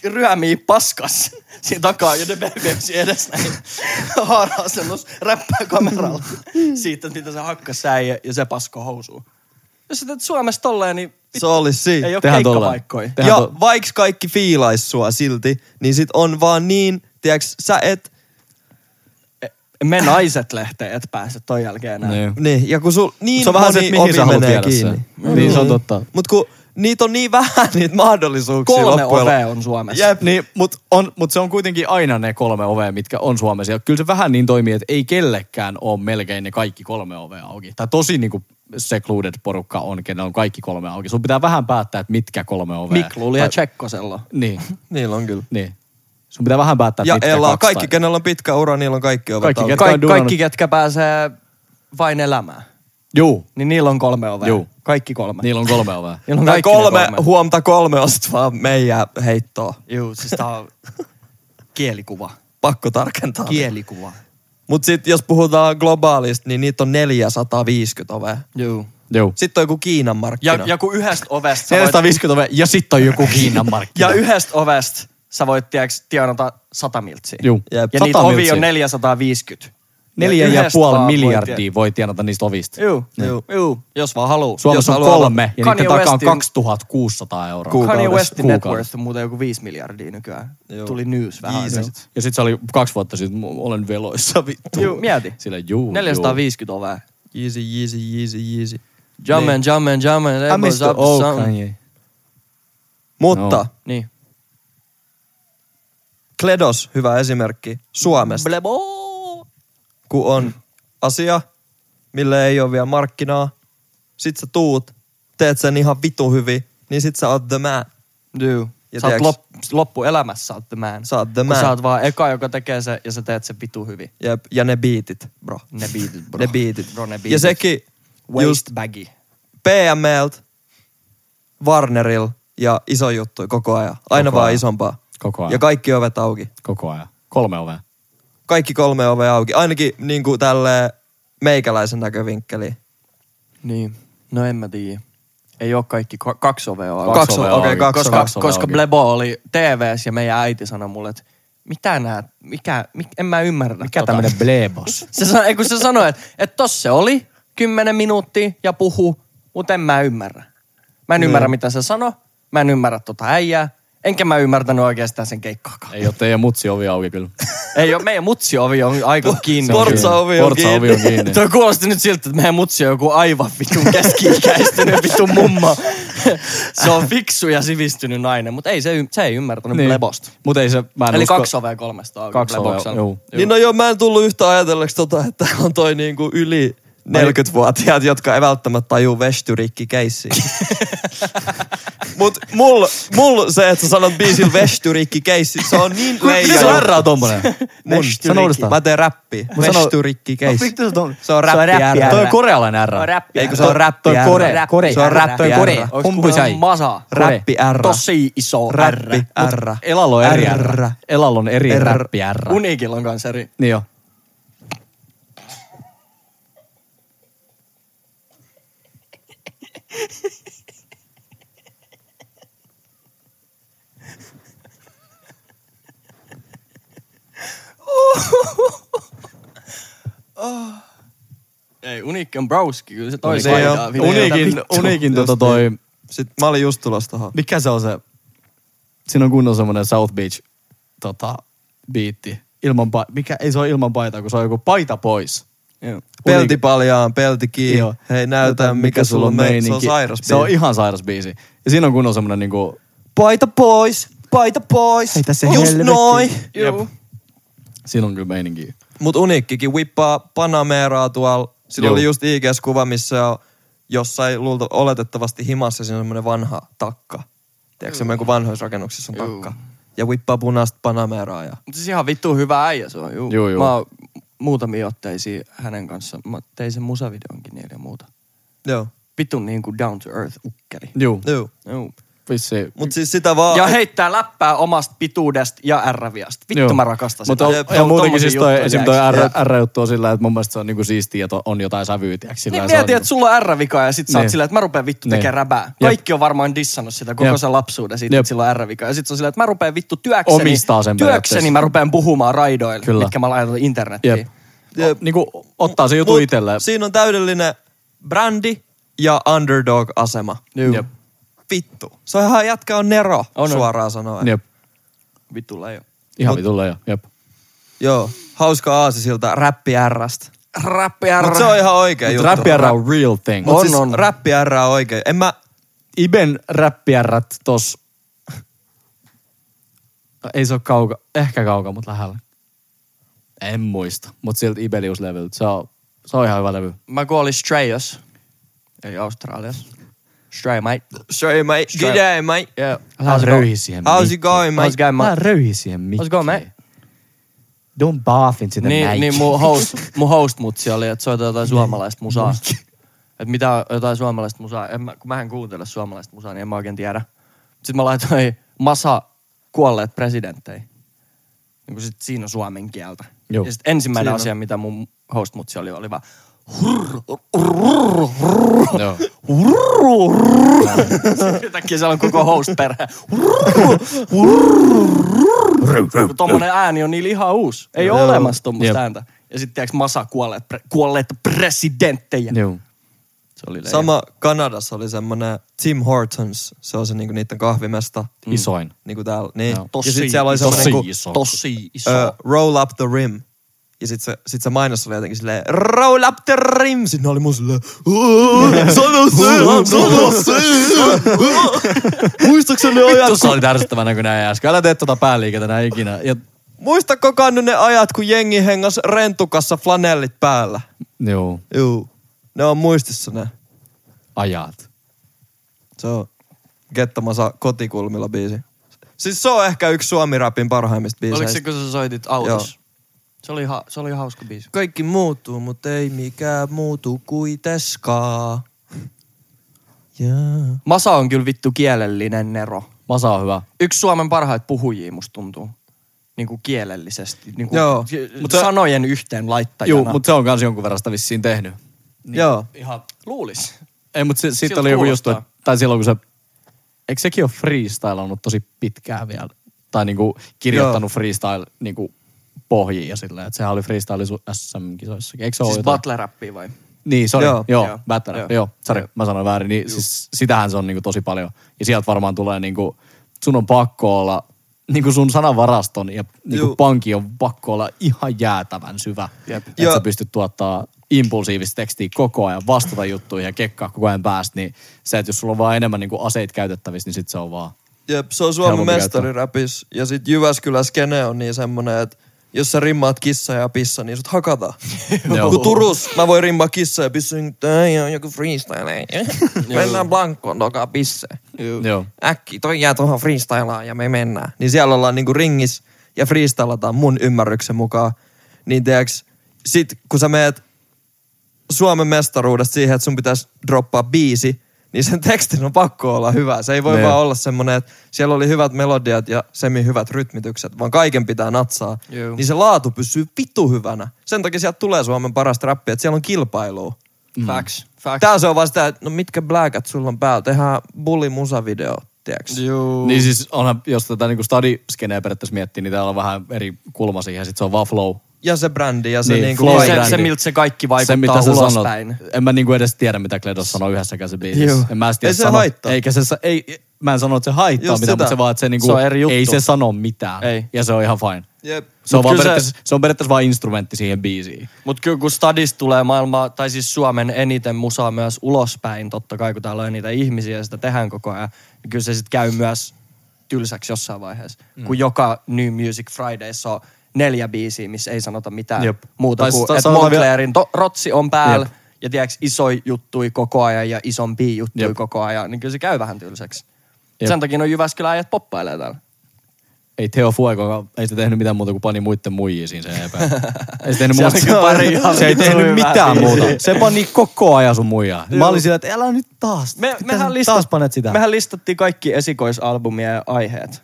ryömii paskas siinä takaa ja ne bebepsi edes näin haaraa semmos räppää kameralla siitä, että mitä se hakkas se äijä ja se pasko housuun. Jos sä teet Suomessa tolleen, niin Se olisi siinä. ei ole Tehdään tolleen. keikkapaikkoja. Tehdään ja to- vaikka kaikki fiilais sua silti, niin sit on vaan niin, tiiäks, sä et, Me naiset lehteen et pääse ton jälkeen enää. Niin. niin, ja kun sul niin Se on vähän se, moni että mihin ovi sä haluat menee viedä kiinni. Mm. sen. Niin, se on totta. Mut kun niitä on niin vähän niitä mahdollisuuksia Kolme loppujen ovea on Suomessa. Jep. Niin, mutta mut se on kuitenkin aina ne kolme ovea, mitkä on Suomessa. Ja kyllä se vähän niin toimii, että ei kellekään ole melkein ne kaikki kolme ovea auki. Tai tosi niinku secluded porukka on, kenellä on kaikki kolme auki. Sun pitää vähän päättää, että mitkä kolme ovea. Mikluli ja Tsekkosella. Niin, Niillä on kyllä. niin. Sun pitää vähän päättää, Ja että mitkä Ella, kaksi kaikki tai- kenellä on pitkä ura, niillä on kaikki ovet Kaikki, auki. ketkä on Kaik- duunannut- kaikki, ketkä pääsee vain elämään, Juu, niin niillä on kolme ovea. Juu. Kaikki kolme. niillä on kolme ovea. niillä on Tai kaikki ne kolme, kolme. huomta kolme on sit vaan meidän heittoa. Juu, siis tää on kielikuva. Pakko tarkentaa. Kielikuva. Mut sit jos puhutaan globaalista, niin niitä on 450 ovea. Juu. Juu. Sitten on joku Kiinan Ja, markkina. ja kun yhdestä ovesta sä voit, 450 ovea ja sitten on joku Kiinan markkina. ja yhdestä ovesta sä voit, tiiäks, tienata sata miltsiä. Juu. Jep. Ja Sata niitä ovi miltsiä. on 450. Neljä ja yhdestä vaan puoli voi miljardia voi tienata niistä ovista. tienata. Juu, juu, juu, jos vaan haluu. Suomessa Jos on haluaa kolme ja Kanye niiden takaa on Westin- 2600 euroa. Kanye kuukaudessa. Westin net Kuukaudessa. worth on muuten joku 5 miljardia nykyään. Tuli news vähän aikaa Jesus. sitten. Siis- Ja sit se oli kaksi vuotta sitten, mu- olen veloissa vittu. Juu, mieti. Sillä juu, 450 ovea. Easy, easy, easy, easy. Jammen, Niin. jammen, jammen. juu. elbows Mr. up, Oak, sun- Kanye. Mutta No. no. Niin. Kledos, hyvä esimerkki Suomesta, Blebo. kun on asia, mille ei ole vielä markkinaa. Sit sä tuut, teet sen ihan vitu hyvin, niin sit sä oot the man. Dude. Ja Sä oot tiiäks- lop, loppuelämässä sä oot the man. Sä oot the Kun man. Sä oot vaan eka, joka tekee se ja sä teet sen vitu hyvin. Jep. Ja ne biitit, bro. Ne beatit, bro. Ne biitit. Bro, ne beatit. Ja sekin Waste just baggy. PMLt, Warneril ja iso juttu koko ajan. Aina Koko vaan ajan. isompaa. Koko ajan. Ja kaikki ovet auki. Koko ajan. Kolme ovea. Kaikki kolme ovea auki. Ainakin niin kuin tälle meikäläisen näkövinkkeliin. Niin. No en mä tiedä. Ei oo kaikki ko- kaksi ovea on. Kaksi Kaksi ovea ovea, okei, auki. kaksi koska, ovea. kaksi ovea koska auki. Blebo oli TVs ja meidän äiti sanoi mulle, että mitä nää, mikä, mik, en mä ymmärrä Mikä tota. tämmönen blebos? Se sanoi, ei kun se sanoi, että, että tossa se oli kymmenen minuuttia ja puhu, mutta en mä ymmärrä. Mä en Niin. ymmärrä, mitä se sanoi. Mä en ymmärrä tota äijää. Enkä mä ymmärtänyt oikeastaan sen keikkaakaan. Ei oo teidän mutsi ovi auki kyllä. Ei ole, meidän mutsiovi on aika kiinni. Portsaovi on Portsa ovi on kiinni. Tuo kuulosti nyt siltä, että meidän mutsi on joku aivan vitun keski-ikäistynyt vitun mummo. Se on fiksu ja sivistynyt nainen, mutta ei se, y- se ei ymmärtänyt niin. plebosta. Mut ei se, mä en Eli usko- kaksi ovea kolmesta on Kaksi ovea, pleboksen. juu. Niin no joo, mä en tullut yhtä ajatelleeksi tota, että on toi niinku yli niin. 40-vuotiaat, jotka ei välttämättä tajuu vestyrikki keissiä. Mut mulla mul se, että sä sanot biisillä vestyrikki keissi, se on niin leija. Miten se R on tommonen? Mun. Sano uudestaan. Mä teen räppiä. sano- No, Vestyrikki keissi. Vittu, se on- Se on räppi räppi R. Toi on korealainen R. On räppi Eikö R. se on räppi Toi R? kore, kore. Se on räppi Toi kore. R. Ois Kumpu kuule sai? Masa. Räppi R. Tosi iso Räppi R. R. Elalla on eri R. R. Elalla on eri R. räppi R. Uniikilla on kans eri. Niin joo. Ei, Uniikki on broski, kyllä se toisi Se on paitaa. Uniikin- Niin Uniikin, uniikin tota toi Sitten niin- mä olin just tulossa tohon. Mikä se on se? Siinä on kunnon semmoinen South Beach tota, biitti. Ilman pa- Mikä? Ei se ole ilman paitaa, kun se on joku paita pois. Pelti paljaan, pelti kiinni. Niin. Joo. Hei näytä, mikä sulla on meininki. Se on sairas Se on ihan sairas biisi. Ja siinä on kunnon semmoinen niinku... Paita pois, paita pois. Heitä se Just helvettiin. noin. Juu. Siinä on kyllä meininki. Mut uniikkikin whippaa Panameraa tuolla. Sillä Joo. oli just IGS-kuva, missä on jossain luulta, oletettavasti himassa siinä on semmoinen vanha takka. Tiedätkö semmoinen kuin vanhoissa rakennuksissa on Juu. takka. Ja whippaa punaista Panameraa. Ja... Mutta siis ihan vittu hyvä äijä se on, juu. Juu, juu. Mä oon muutamia otteisiin hänen kanssa. Mä tein sen musavideonkin niille ja muuta. Joo. Vitun niin kuin down to earth ukkeli. Juu. Joo. Juu. Vissi. Mut siis sitä vaan... Ja heittää läppää omasta pituudesta ja R-viasta. Vittu Joo. mä rakastan Mutta on, Jep. ja muutenkin siis toi, tommosia esim. juttuja, toi tiiäks. R- R-juttu on sillä, että mun mielestä se on niinku siistiä, että on jotain sävyä, tiiäks, sillä Niin se on mietin, että sulla on R-vika ja sit sä oot Niin. sillä, että mä rupean vittu Niin. tekemään räbää. Jep. Kaikki on varmaan dissannut sitä koko Jep. sen lapsuuden siitä, Jep. että sillä on R-vika. Ja sit se on sillä, että mä rupean vittu työkseni, Omistaa sen työkseni periaatteessa. mä rupean puhumaan raidoille, Kyllä. mitkä mä laitan internettiin. Jep. Jep. Niinku ottaa se juttu Mut itselleen. Siinä on täydellinen brändi ja underdog-asema. Jep. Vittu. Se on ihan jätkä on Nero, on suoraan sanoen. Jep. Vittu läjö. Ihan vitulla jo. Jep. Joo. Hauska aasi siltä räppi Rstä. Rappi Mut se on ihan oikea Mut juttu. Rappi R on real thing. Mut On, siis on. Rappi R on oikea. En mä... Iben räppiärrät tos... No, Ei se ole kauka, ehkä kauka, mutta lähellä. En muista, mutta silti Ibelius-levy. Se on, se on ihan hyvä levy. Mä kun olin Strayas, eli Australias. Stray mate. Sorry, mate. Sure. G'day, mate. Yeah. Älä How's it röyhi going? siihen How's it going, mate? How's it going, Mä mate? röyhi siihen mikkiin. How's it going, mate? Don't bath into the Niin, night. niin mun host, mun host mutsi oli, että soita jotain suomalaista musaa. Että mitä jotain suomalaista musaa. En mä, kun mä en kuuntele suomalaista musaa, niin en mä oikein tiedä. Sitten mä laitoin Masa kuolleet presidenttei. Niin kun sit siinä on suomen kieltä. Joo. Ja sit ensimmäinen Siinä on. asia, mitä mun host mutsi oli, oli vaan Joo. Yhtäkkiä siellä on koko host perhe. Tuommoinen ääni on niillä ihan uusi. Ei ole olemassa Jep. tuommoista ääntä. Ja sitten tiedätkö Masa kuolleet, pre, kuolleita presidenttejä. Joo. Se oli leija. Sama Kanadassa oli semmonen Tim Hortons. Se on se niinku niitten kahvimesta. Mm. Isoin. Niinku täällä. Niin. Joo. Ja sit siellä oli semmonen tosi niinku... iso. Tosi iso. Ö, roll up the rim. Ja sit se, sit se mainos oli jotenkin silleen, roll up the rim. Sitten ne oli mun silleen, "Oo, sano se, sano se. Muistaakseni ne ajat, Vittu, se oli ärsyttävän näköinen äijä äsken. Älä tee tota pääliikettä enää ikinä. Ja, muistatko kannu ne ajat, kun jengi hengas rentukassa flanellit päällä? joo, Juu. Ne on muistissa ne. ajat. Se on Gettamasa kotikulmilla biisi. Siis se on ehkä yksi suomi-rapin parhaimmista Oliko se, biiseistä. kun sä soitit autossa? Se oli, ha- se oli hauska biisi. Kaikki muuttuu, mutta ei mikään muutu kuiteskaan. Yeah. Masa on kyllä vittu kielellinen nero. Masa on hyvä. Yksi Suomen parhaita puhujia musta tuntuu. Niinku kielellisesti. Niinku Joo. mutta sanojen yhteen laittajana. Joo, mutta se on kans jonkun verran sitä vissiin tehnyt. Niinku Niin. Joo. Ihan luulis. Ei, mutta sitten sit Siltä oli joku just, kuulostaa. että- tai silloin kun se, eikö sekin ole freestylannut tosi pitkään vielä? Tai niinku kirjoittanut Joo. freestyle niinku pohjiin ja silleen, että sehän oli freestyle sun SM-kisoissakin. Eikö se ole Siis jotain? battle-rappia vai? Niin, sori. Joo. Joo, joo, Joo. joo. Joo. Battle. Joo, sori, mä sanoin väärin. Niin, siis sitähän se on niinku tosi paljon. Ja sieltä varmaan tulee niinku, sun on pakko olla, niinku sun sananvaraston ja Juu. niinku panki on pakko olla ihan jäätävän syvä. Jep. Että Joo. sä pystyt tuottaa impulsiivista tekstiä koko ajan, vastata juttuihin ja kekkaa koko ajan päästä. Niin se, että jos sulla on vaan enemmän niinku aseet käytettävissä, niin sit se on vaan. Jep, se on Suomen Helpompi mestari rapis. Ja sit Jyväskylä skene on niin semmonen, että jos sä rimmaat kissa ja pissa, niin sut hakataan. Joo. Kun Turus mä voin rimmaa kissa ja pissa, niin tää on joku freestyle. Mennään blankkoon tokaa pisseen. Joo. Äkki, toi jää tuohon freestylaan ja me mennään. Niin siellä ollaan niinku ringis ja freestylataan mun ymmärryksen mukaan. Niin tiiäks, sit kun sä meet Suomen mestaruudesta siihen, että sun pitäisi droppaa biisi, niin sen tekstin on pakko olla hyvä. Se ei voi Niin. Ne. vaan olla semmoinen, että siellä oli hyvät melodiat ja semi hyvät rytmitykset, vaan kaiken pitää natsaa. Juu. Niin se laatu pysyy vittu hyvänä. Sen takia sieltä tulee Suomen paras rappi, että siellä on kilpailua. Mm. Facts. Facts. Tää se on vaan sitä, että no mitkä bläkät sulla on päällä. Tehdään bulli musavideo, tiiäks? Juu. Niin siis onhan, jos tätä niinku stadiskeneä periaatteessa miettii, niin täällä on vähän eri kulma siihen. Sitten se on vaan flow. ja se brändi ja se Niin, niin, niinku flow kaikki. se, brändi. se, miltä se kaikki se, vaikuttaa mitä se sä ulospäin. Sanot. sanot. En mä niinku edes tiedä, mitä Kledos sanoo yhdessäkään se biisissä. Juu. En mä edes tiedä, Ei se sano, haittaa. Eikä se, sa- ei, mä en sano, että se haittaa Just mitään, sitä. mutta se vaan, että se, niinku, Se on eri juttu. ei se sano mitään. Ei. Ja se on ihan fine. Jep. Se on, Mut vaan kyllä se- periaatteessa, se on periaatteessa vaan instrumentti siihen biisiin. Mutta kyllä kun Stadis tulee maailmaa, tai siis Suomen eniten musaa myös ulospäin, totta kai kun täällä on niitä ihmisiä ja sitä tehdään koko ajan, niin kyllä se sitten käy myös tylsäksi jossain vaiheessa. Mm. Kun joka New Music Fridays on neljä biisiä, missä ei sanota mitään Jep. Jep. muuta Tai kuin, s- tai että sanotaan vielä- Monclerin to, rotsi on päällä, Jep. Jep. ja tiedätkö, isoja juttui koko ajan ja isompia juttuja Jep. Jep. koko ajan, niin kyllä se käy vähän tylsäksi. Jep. Jep. Sen takia no Jyväskylän ajat poppailee täällä. Ei Teo Fuegokaan, ei sitä tehnyt mitään muuta kuin pani muiden muijia siinä sen epä. ei se tehnyt Se muuta. on kyllä pari ihan se ei vitun tehnyt hyvää mitään biisiä. muuta. Se pani koko ajan sun muijaa. Mä olin sillä, että älä nyt taas. Me, Mitä mehän, sä lista, Taas panet sitä. mehän listattiin kaikki esikoisalbumia ja aiheet.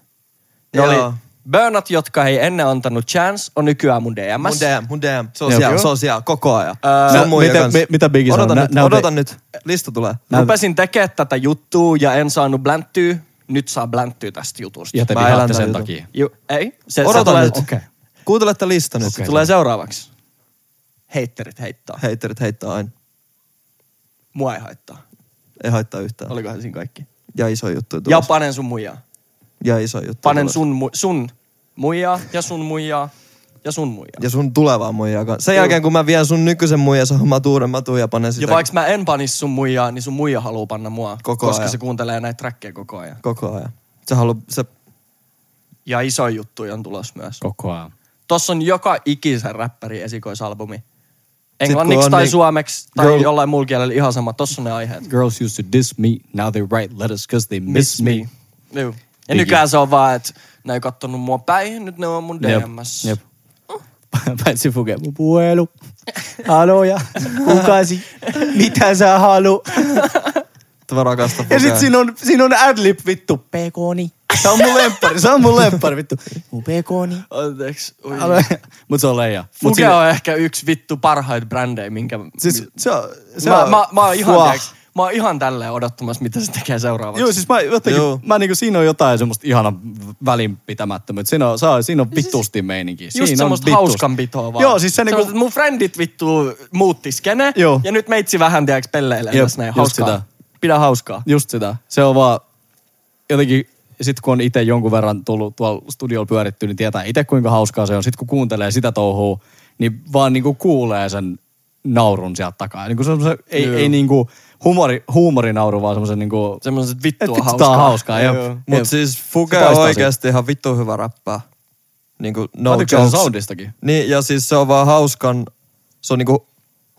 No Ne Joo. oli Burnat, jotka ei ennen antanut chance, on nykyään mun DMS. Mun DM, mun DM. Se on Jep. siellä, Joo. se on siellä koko ajan. Ää, se on muija mitä- kanssa. mi- mitä Biggie Odota sanoi? nyt, Nä- näytä- odota nyt. Lista tulee. Rupesin tekemään tätä juttua ja en saanut blänttyä. Nyt saa blänttyä tästä jutusta. Ja te Mä elän vihaatte tän sen jutun. takia. Ju, ei. Se, se Odota tulee, nyt. Okay. Kuuntele tää lista nyt. Okei. Tulee seuraavaksi. Heitterit heittää. Heitterit heittää aina. Mua ei haittaa. Ei haittaa yhtään. Olikohan siinä kaikki? Ja iso juttu Ja tulossa. panen sun muijaa. Ja iso juttu Panen tulossa. sun, mu- sun muijaa ja sun muijaa ja sun muijaa. Ja sun tulevaa muijaa kanssa. Sen Joo. jälkeen kun mä vien sun nykyisen muijan, sä hommaat uuden, mä tuun ja panen sitä Ja vaikka mä en panis sun muijaa, niin sun muija haluu panna mua. Koko koska ajan. se kuuntelee näitä trackeja koko ajan. koko ajan. Sä haluat, sä... Ja iso juttu on tulos myös. Koko ajan. Tossa on joka ikisen räppäri esikoisalbumi. Englanniksi on tai niin- suomeksi tai Girl- jollain muulla kielellä ihan sama. Tossa on ne aiheet. Girls used to diss me, now they write letters cause they miss me. Juu. Ja nykyään se on vaan, että ne ei kattonut mua päin, nyt ne on mun DMS. Jep. Paitsi Fuge, mun puhelu. Aloja, kukasi, mitä sä haluu? Tämä rakasta Ja sit fokea. siinä on, siinä on adlib vittu, pekoni. Se on mun lemppari, se on mun lemppari vittu. Mun pekoni. Anteeks. ui. Alo- Mut se on leija. Mut Fuge siinä- on ehkä yksi vittu parhaita brändejä, minkä... Siis se on... Se Mä, on, mä, mä, oon ihan, Fuah. tiiäks, mä oon ihan tälleen odottamassa, mitä se tekee seuraavaksi. Joo, siis mä jotenkin, Joo. mä niinku, siinä on jotain semmoista ihana välinpitämättömyyttä. Siinä on, saa, siinä on vittuusti meininki. Just siinä on semmoista vittuusti. hauskanpitoa vaan. Joo, siis se niinku... Semmosta, että mun friendit vittu muutti skene, Joo. ja nyt meitsi vähän tiedäks pelleilee Jep, tässä näin. just Hauskaa. sitä. Pidä hauskaa. Just sitä. Se on vaan jotenkin, sit kun on itse jonkun verran tullut tuolla studiolla pyöritty, niin tietää itse kuinka hauskaa se on. Sitten kun kuuntelee sitä touhua, niin vaan niinku kuulee sen naurun sieltä takaa. Niinku semmosen, ei, ei niinku huumori, huumorinauru, vaan semmoisen niinku... Semmoiset Et vittu on vittu, tää hauskaa. on hauskaa. Jep. Joo. Mut Jep. siis Se Fuke on paistaa oikeesti ihan vittu hyvä räppää. Niinku no Mä tykkään sen jokes. soundistakin. Niin, ja siis se on vaan hauskan, se on niinku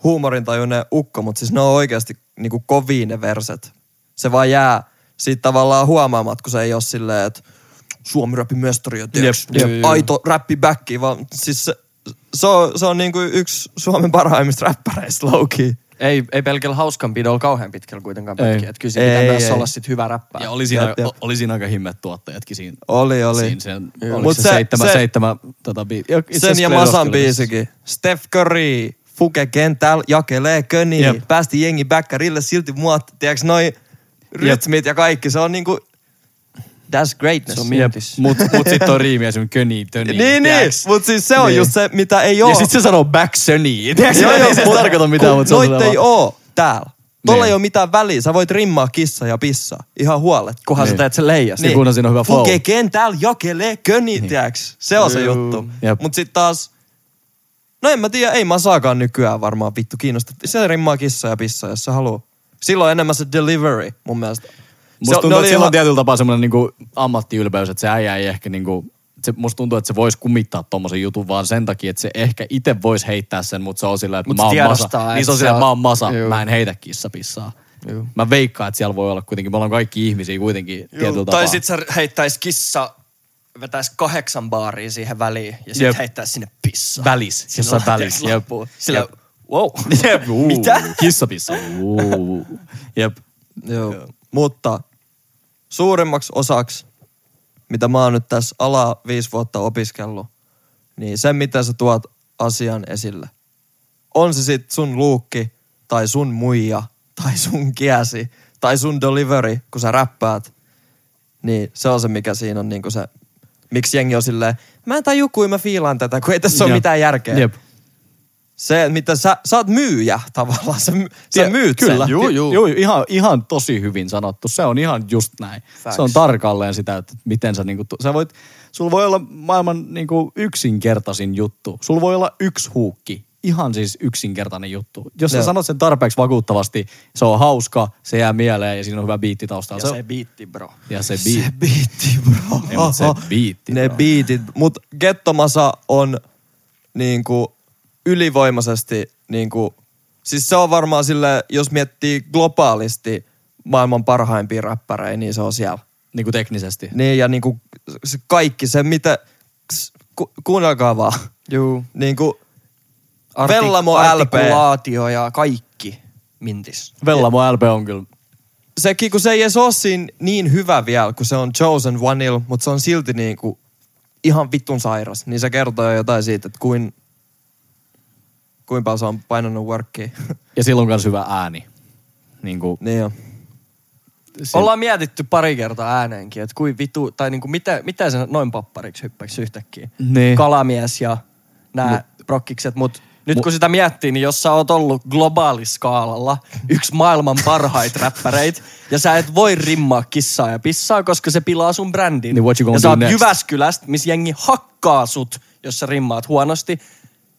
huumorintajuinen ukko, mutta siis ne on oikeasti niinku kovii ne verset. Se vaan jää siitä tavallaan huomaamatta, kun se ei ole silleen, että suomi räppi mestari on tiiäks, Jep, jep, jep. aito räppi backi, vaan siis se, se on, se on niinku yksi Suomen parhaimmista räppäreistä lowkey. Ei, ei pelkällä hauskanpidolla kauhean pitkällä kuitenkaan Ei. pätkiä. Että kyllä siinä Ei, pitää ei, myös ei. olla sit hyvä räppää. Ja oli siinä, Jep, jep. o- oli siinä aika himmet tuottajatkin siinä. Oli, oli. Siinä sen, oliko Mut se, se- seitsemän, se- seitsemän, tota, bi- jo, itse Sen asiassa ja Kledos Masan kyllä tässä. biisikin. Steph Curry, Fuke kentällä, jakelee köniä, Jep. päästi jengi bäkkärille, silti muot, tiedäks noi rytmit ja kaikki, se on niinku... That's greatness. Se on Jep, Miettis. mut, mut sit on riimi esimerkiksi köni, töni. niin, niin, tiiäks? mut siis se on Niin. just se, mitä ei oo. Ja sit se sanoo back sunny. Tiedätkö, Joo, ei joo, se mut- tarkoita mitään, kun mutta se on Noit ei sellainen- oo täällä. Tuolla Niin. ei oo mitään väliä, sä voit rimmaa kissa ja pissa, ihan huolet. Kunhan sä Niin. teet sen leijasta. Niin. kunhan siinä on hyvä flow. Niin. Fuke kentällä, jakelee köni, tiedäks? Se on se Juu. juttu. Jep. Mut sit taas... No en mä tiedä, ei mä saakaan nykyään varmaan vittu kiinnosta. Se rimmaa kissa ja pissa, jos se haluu. Silloin enemmän se delivery, mun mielestä. Musta ne tuntuu, oli että sillä ihan- on tietyllä tapaa semmoinen niinku ammattiylpeys, että se äijä ei ehkä niinku... Se, musta tuntuu, että se voisi kumittaa tommosen jutun vaan sen takia, että se ehkä itse voisi heittää sen, mutta se on sillä, että Mut se mä oon tiedostaa, masa. että Niin se on se sillä, on- että mä oon masa, Juu. mä en heitä kissapissaa. Mä veikkaan, että siellä voi olla kuitenkin, me ollaan kaikki ihmisiä kuitenkin tietyllä tapaa. Tai sit sä heittäis kissa, vetäis kahdeksan baaria siihen väliin ja sit Jep. heittäis sinne pissa. Välis, jossain Silloin, välis. tiedätkö, Jep. loppuu. Sillä, Jep. wow. Jep, uu, Mitä? Kissapissa. uu. Jep. Joo. Mutta suurimmaksi osaksi, mitä mä oon nyt tässä ala viisi vuotta opiskellut, niin se, mitä sä tuot asian esille. On se sit sun luukki, tai sun muija, tai sun kiesi, tai sun delivery, kun sä räppäät, niin se on se, mikä siinä on niinku se miksi jengi on silleen, mä en tajuu, kuin mä fiilaan tätä, kun ei tässä ole Jep. mitään järkeä. Jep. Se, mitä sä, sä oot myyjä tavallaan, sä, my- sä myyt Kyllä. sen. Juu, juu. juu ihan, ihan tosi hyvin sanottu. Se on ihan just näin. Facts. Facts. Se on tarkalleen sitä, että miten sä niinku, tu- sä voit, sulla voi olla maailman niinku yksinkertaisin juttu. Sulla voi olla yksi huukki. Ihan siis yksinkertainen juttu. Jos Joo. sä sanot sen tarpeeksi vakuuttavasti, se on hauska, se jää mieleen ja siinä on hyvä biitti taustalla. Ja se biitti, bro. ja se, biitti. Se, Biitti, bro. ei, mut se biitti. Ne bro. biitit. Mut Gettomasa on niinku ylivoimaisesti niinku, siis se on varmaan sille, jos miettii globaalisti maailman parhaimpia räppäreitä, niin se on siellä. Niinku teknisesti. Niin ja niinku se kaikki se, mitä, s- ku, kuunnelkaa vaan. Juu. Niinku, Vellamo LP. Artikulaatio ja kaikki mintis. Vellamo LP on kyllä. sekin kun se ei edes ole siinä niin hyvä vielä, kun se on Chosen One Ill, mutta se on silti niinku ihan vittun sairas. Niin se kertoo jo jotain siitä, että kuin, kuinka paljon se on painanut workia. Ja silloin myös hyvä ääni. Niinku, niin jo. Siin. Ollaan mietitty pari kertaa ääneenkin, että kuin vitu, tai niinku mitä, mitä se noin pappariksi hyppäksi yhtäkkiä. Niin. Kalamies ja nämä rokkikset, mutta nyt kun sitä miettii, niin jos sä oot ollut globaaliskaalalla yksi maailman parhait räppäreit, ja sä et voi rimmaa kissaa ja pissaa, koska se pilaa sun brändin. Niin what you gonna ja sä do oot next? Jyväskylästä, missä jengi hakkaa sut, jos sä rimmaat huonosti,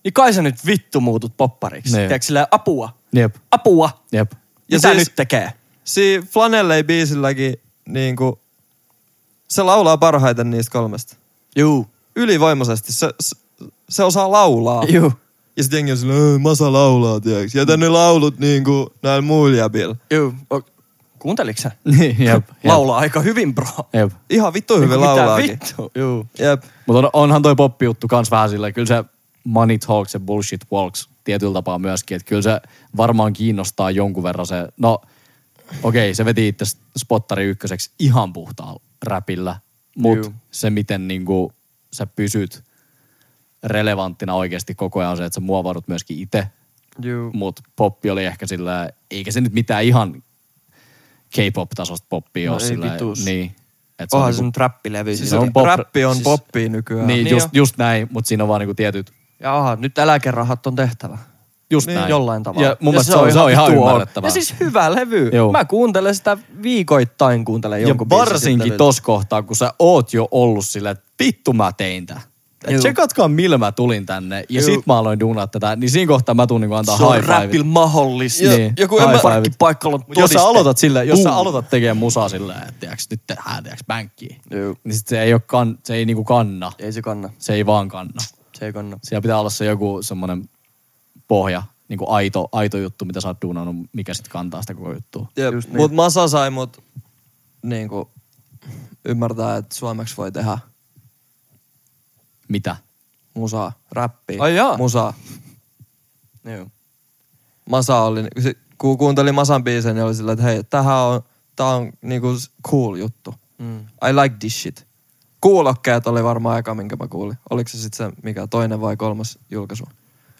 niin kai sä nyt vittu muutut poppariksi. Niin. Tiedätkö silleen apua? jep, Apua! jep. Ja Ja Mitä siis- nyt tekee? Si Flanellei biisilläkin niinku, se laulaa parhaiten niistä kolmesta. Juu. Ylivoimaisesti. Se, se, se osaa laulaa. Juu. Ja sitten jengi on silleen, "Ei, Masa laulaa, tiiäks. Jätä ne laulut niinku näillä muilla jäbillä. Joo. O- Kuunteliko sä? Niin, jep, jep. Laulaa aika hyvin, bro. Jep. Ihan vittu hyvin laulaakin. Mitä vittu? Joo. Jep. Mutta on, onhan toi poppi-juttu kans vähän silleen, kyllä se money talks ja bullshit walks tietyllä tapaa myöskin, että kyllä se varmaan kiinnostaa jonkun verran se, no okei, okay, se veti itse spottari ykköseksi ihan puhtaalla räpillä, mutta Juu. se miten niinku sä pysyt relevanttina oikeasti koko ajan on se, että sä muovaudut myöskin itse, Joo. mutta poppi oli ehkä sillä, eikä se nyt mitään ihan K-pop-tasosta poppia No ole ei sillä, vitus. niin. Et se on Onhan niinku- se nyt räppilevy. Siis Siis Se on on pop- räppi on siis- poppia nykyään. Niin, Niin just, on. just näin, mutta siinä on vaan niinku tietyt, Jaha, nyt eläkerahat on tehtävä. just näin. Niin, Jollain tavalla. Ja mun mielestä se on, se on ihan vittu ymmärrettävää. Ja siis hyvä levy. Joo. Mä kuuntelen sitä viikoittain, kuuntelen ja jonkun biisin varsinkin sitten tos kohtaa, kun sä oot jo ollut silleen, että vittu mä tein tää. Et Juu. Tsekatkaa, millä mä tulin tänne. Ja Juu. sit mä aloin duunaa tätä. Niin siinä kohtaa mä tuun niinku antaa levy. Se on high five. räppil mahdollista. Joo, Niin, joku en high mä- five. paikalla on Jos sä todiste. aloitat sille, jos sä Boom. aloitat tekemään musaa silleen, että tiiäks, nyt tehdään tiiäks bänkkiä. Juu. Niin sit se ei, oo kan, se ei niinku kanna. Ei se kanna. Se ei vaan kanna. Se ei kanna. Siellä pitää olla se joku semmoinen pohja, niinku aito, aito juttu, mitä sä oot duunannut, mikä sit kantaa sitä koko juttua. Jep, Just niin. mut Masa sai mut niinku ymmärtää, että suomeksi voi tehdä Mitä? musaa, räppiä, Ai jaa. musaa. Joo. Masa oli, se- kun kuuntelin Masan biisen, niin oli sillä, että hei, tähän on, tää on niinku s- cool juttu. Mm. I like this shit. Kuulokkeet oli varmaan eka, minkä mä kuulin. Oliko se sitten se, mikä toinen vai kolmas julkaisu?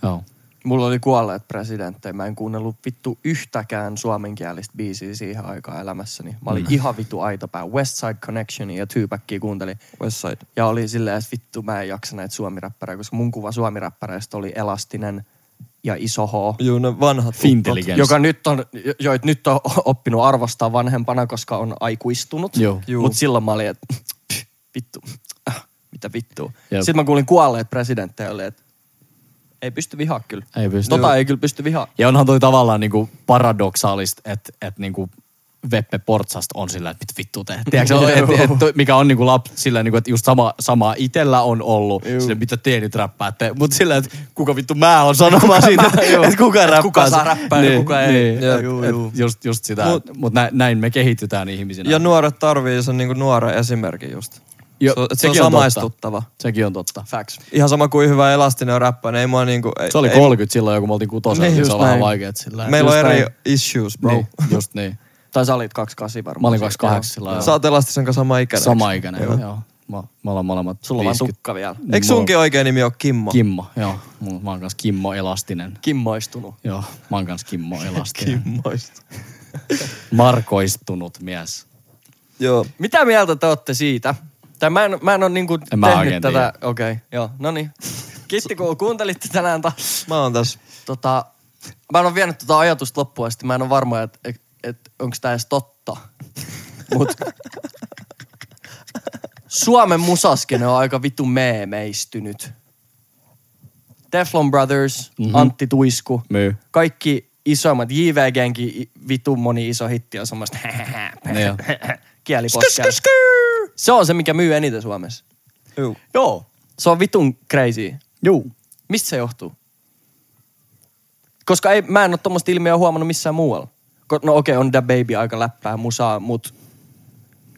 Joo. Mulla oli kuolleet presidenttejä. Mä en kuunnellut vittu yhtäkään suomenkielistä biisiä siihen aikaan elämässäni. Mä olin mm. ihan vittu aitapää. West Side Connectionia ja Tyypäkkiä kuuntelin. Westside. Ja oli silleen, että vittu mä en jaksa näitä suomiräppäreitä, koska mun kuva suomiräppäreistä oli elastinen ja iso H. Juu, ne vanhat Fintelligence. Joka nyt on, jo- joit nyt on oppinut arvostaa vanhempana, koska on aikuistunut. Joo. Juu. Mutta silloin mä olin, että pff, vittu, äh, mitä vittu. Jep. Sitten mä kuulin kuolleet presidenttejä, oli, että ei pysty vihaa kyllä. Ei pysty. Tota Joo. ei kyllä pysty vihaa. Ja onhan toi tavallaan niinku paradoksaalista, että et niinku Veppe Portsasta on sillä, että mitä vittu te. Tiedätkö, et, et, et, toi- mikä on niinku lap, sillä, niinku, että just sama, sama itellä on ollut, sillä, mitä te nyt räppäätte. Mutta sillä, että kuka vittu mä on sanomaan siitä, että et kuka räppää. kuka saa sen. räppää ja kuka ei. Niin, Joo, et, juu, et, juu. just, just sitä, mutta mut nä, näin me kehitytään ihmisinä. Ja nuoret tarvii sen niinku nuoren esimerkin just. Jo, se, on- et se on sekin on samaistuttava. Sekin on totta. Facts. Ihan sama kuin hyvä elastinen on räppä, niin ei mua niinku... Ei, Se oli ei, 30 silloin, kun me oltiin kutosella, niin, Niin, se just on vähän näin. vaikea. Sillä, Meillä on just eri näin. issues, bro. Niin, just niin. Tai sä olit 28 varmaan. Mä olin Siis, 28 joo. sillä lailla. Sä oot elastisen kanssa sama ikäinen. Sama eiks? ikäinen, joo. joo. Mä, me ollaan molemmat Sulla on vaan 50. tukka vielä. Eikö sunkin oikein nimi ole Kimmo? Kimmo, joo. Mulla- Mä oon kans Kimmo Elastinen. Kimmoistunut. Joo, mä oon kans Kimmo Elastinen. Kimmoista. Markoistunut mies. Joo. Mitä mieltä te olette siitä? Tai mä en, mä en ole niinku En mä tehnyt oikein tätä. Okei, okay, joo. No niin. Kiitti kun kuuntelitte tänään taas. Mä oon tässä. Tota, mä en ole vienyt tota ajatusta loppuun asti. Mä en ole varma, että et, et, onko tämä edes totta. Mut Suomen musaskene on aika vittu meemeistynyt. Teflon Brothers, mm-hmm. Antti Tuisku. Mhm. Myy. Kaikki isoimmat. JVGnkin vittu moni iso hitti on semmoista Niin jo. kielipotkea. Se on se, mikä myy eniten Suomessa. Juu. Joo. Se on vitun crazy. Juu. Mistä se johtuu? Koska ei, mä en ole tuommoista ilmiöä huomannut missään muualla. Ko- No okei, okay, on The Baby aika läppää musaa, mut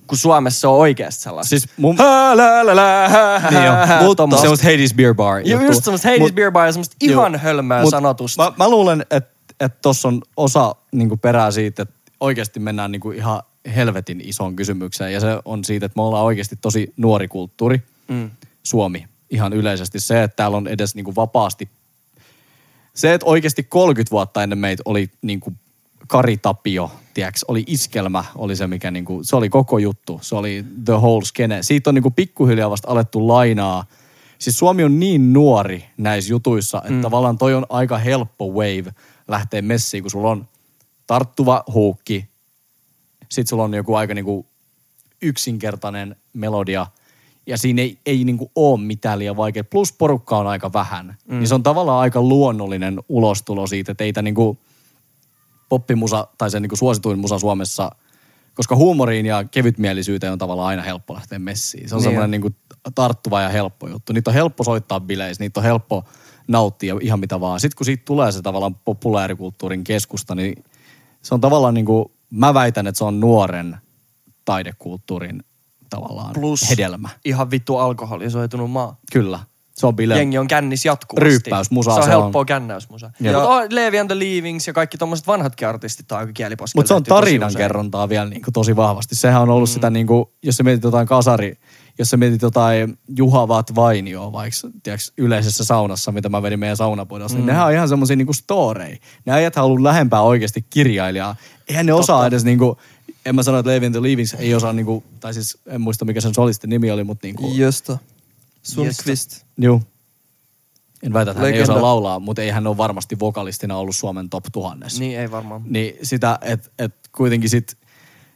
kun Suomessa on oikeasti sellaista. Siis mun... Hää, lää, lää, lää, hää, Niin jo. hää, Mutta... tommosta. Se on Hades Beer Bar. Ju- juttu. just semmoista Hades Mut- Beer Bar ja semmoista ihan Juu. hölmöä Mut sanotusta. Mä, mä luulen, että et tossa on osa niinku perää siitä, että oikeasti mennään niinku ihan helvetin isoon kysymykseen. Ja se on siitä, että me ollaan oikeasti tosi nuori kulttuuri. Mm. Suomi. Ihan yleisesti se, että täällä on edes niinku vapaasti se, että oikeasti 30 vuotta ennen meitä oli niin kuin Kari Tapio, tiiäks, oli iskelmä, oli se mikä niin kuin, se oli koko juttu, se oli the whole skene. Siitä on niin kuin pikkuhiljaa vasta alettu lainaa. Siis Suomi on niin nuori näissä jutuissa, että mm. tavallaan toi on aika helppo wave lähteä messiin, kun sulla on tarttuva huukki, sit sulla on joku aika niinku yksinkertainen melodia, ja siinä ei, ei niinku oo mitään liian vaikeaa. Plus porukka on aika vähän. Mm. Niin se on tavallaan aika luonnollinen ulostulo siitä, että ei tää niinku poppimusa tai se niinku suosituin musa Suomessa, koska huumoriin ja kevytmielisyyteen on tavallaan aina helppo lähteä messiin. Se on Niin niin semmoinen niinku tarttuva ja helppo juttu. Niitä on helppo soittaa bileissä, niitä on helppo nauttia ihan mitä vaan. Sitten kun siitä tulee se tavallaan populaarikulttuurin keskusta, niin se on tavallaan niin kuin, mä väitän, että se on nuoren taidekulttuurin tavallaan Plus hedelmä. ihan vittu alkoholisoitunut maa. Kyllä. Se on bile. Jengi on kännis jatkuvasti. Ryyppäysmusaa Se on se helppoa on. kännäysmusa. Jep. Mutta on Levi and the Leavings ja kaikki tommoset vanhatkin artistit on aika kieliposkella. Mutta se on tehty tosi usein. tarinankerrontaa vielä niin kuin tosi vahvasti. Sehän on ollut mm. sitä, niin kuin, jos sä mietit jotain kasari, jos sä mietit jotain Juha Vat Vainioa vaikka tiiäks, yleisessä saunassa, mitä mä vedin meidän saunapuidossa, mm. niin nehän on ihan semmoisia niin storei. Ne äijät on ollut lähempää oikeasti kirjailijaa. Eihän ne Totta. osaa edes niin kuin, en mä sano, että Levi and the Leavings ei osaa, niin kuin, tai siis en muista mikä sen solistin nimi oli, mutta niin kuin, Josta. Sundqvist. Joo. En väitä, että hän ei Legenda. osaa laulaa, mutta ei hän ole varmasti vokalistina ollut Suomen top tuhannessa. Niin ei varmaan. Niin sitä, että et kuitenkin sit,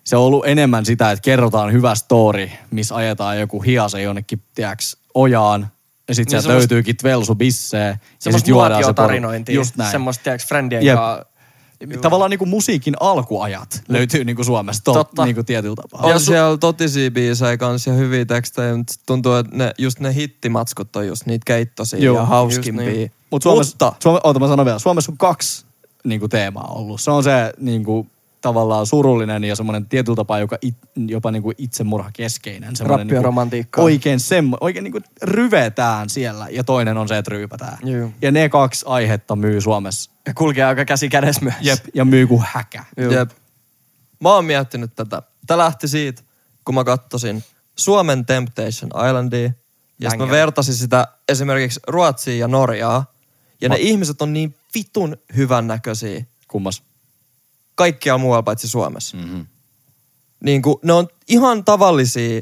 se on ollut enemmän sitä, että kerrotaan hyvä story, missä ajetaan joku hiase jonnekin, tiiäks, ojaan. Ja sit niin sieltä semmoista- löytyykin Tvelsu bissee. Ja sit Semmoista juodaan se nuotiotarinointia. Just näin. Semmoista, tiedätkö, friendien Jep. kanssa. Tavallaan niinku musiikin alkuajat löytyy niinku Suomesta Totta. Totta. Niinku tietyllä tapaa. On Ja ja su- siellä totisia biisejä kanssa ja hyviä tekstejä, mutta sit tuntuu, että ne, just ne hittimatskut on just niitä keittosia Joo, ja just hauskimpia. niin. Mut Suomessa, Mutta Suome, oota, mä sanon vielä. Suomessa on kaksi niin kuin teemaa ollut. Se on se niin kuin, tavallaan surullinen ja semmoinen tietyllä tapaa joka it, jopa niin kuin itsemurhakeskeinen. semmoinen Rappio niin kuin romantiikkaa. Oikein, semmo, oikein niin kuin ryvetään siellä ja toinen on se, että ryypätään. Juu. Ja ne kaksi aihetta myy Suomessa. Ja kulkee aika käsi kädessä myös. Jep. Ja myy kuin häkä. Juu. jep, mä oon miettinyt tätä. Tää lähti siitä, kun mä kattosin Suomen Temptation Islandia. Ja sit mä Banger. vertasin sitä esimerkiksi Ruotsiin ja Norjaa. Ja ne ihmiset on niin vitun hyvännäköisiä Kummas. kaikkialla muualla paitsi Suomessa. Mm-hmm. Niin kuin, ne on ihan tavallisia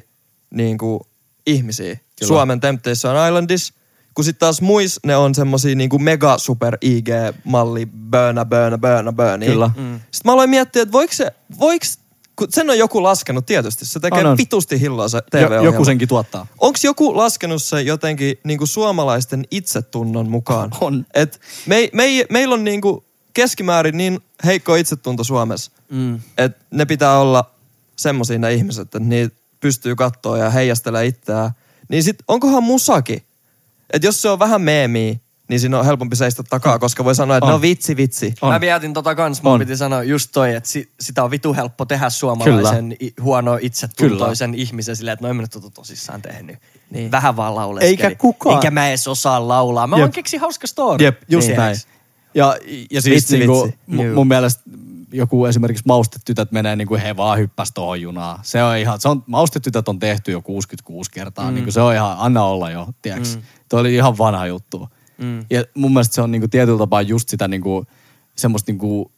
niin kuin, ihmisiä Kyllä. Suomen Temptation Islandissa, kun sitten taas muis ne on semmosia niin kuin mega super IG-malli, böönä, böönä, böönä, bööni. Kyllä. Mm. Sitten mä aloin miettiä, että voiko se, voiks, kun sen on joku laskenut tietysti, se tekee On, on. vitusti hilloa se Jo, TV-ohjelma. joku senkin tuottaa. Onko joku laskenut se jotenkin niinku suomalaisten itsetunnon mukaan? On. Et me, me, meillä on niinku keskimäärin niin heikko itsetunto Suomessa, mm. että ne pitää olla semmosia ne ihmiset, että niitä pystyy kattoa ja heijastella itseään. Niin sit onkohan musakin? Että jos se on vähän meemiä, niin siinä on helpompi seistä takaa, koska voi sanoa, että On. no vitsi, vitsi. On. Mä mietin tota kans, mun On. piti sanoa just toi, että si, sitä on vitu helppo tehdä suomalaisen i, huono itsetuntoisen ihmisen silleen, että no en mä nyt tota tosissaan tehnyt. Niin. Vähän vaan lauleskeli. Eikä kukaan- Eikä mä edes osaa laulaa. Mä Jep. vaan keksin hauska story. Niin. Jep, just Tiedäks? näin. Ja, ja siis Vitsi, vitsi, niinku, vitsi. mu- mun mielestä joku esimerkiksi maustetytöt menee niinku he vaan hyppäs tohon junaan. Se on ihan, se on, maustetytöt on tehty jo 66 kertaa. Mm. Niinku se on ihan, anna olla jo, tiiäks. Mm. Toi oli ihan vanha juttu. Mm. Ja mun mielestä se on niinku tietyllä tapaa just sitä niinku, semmoista niinku,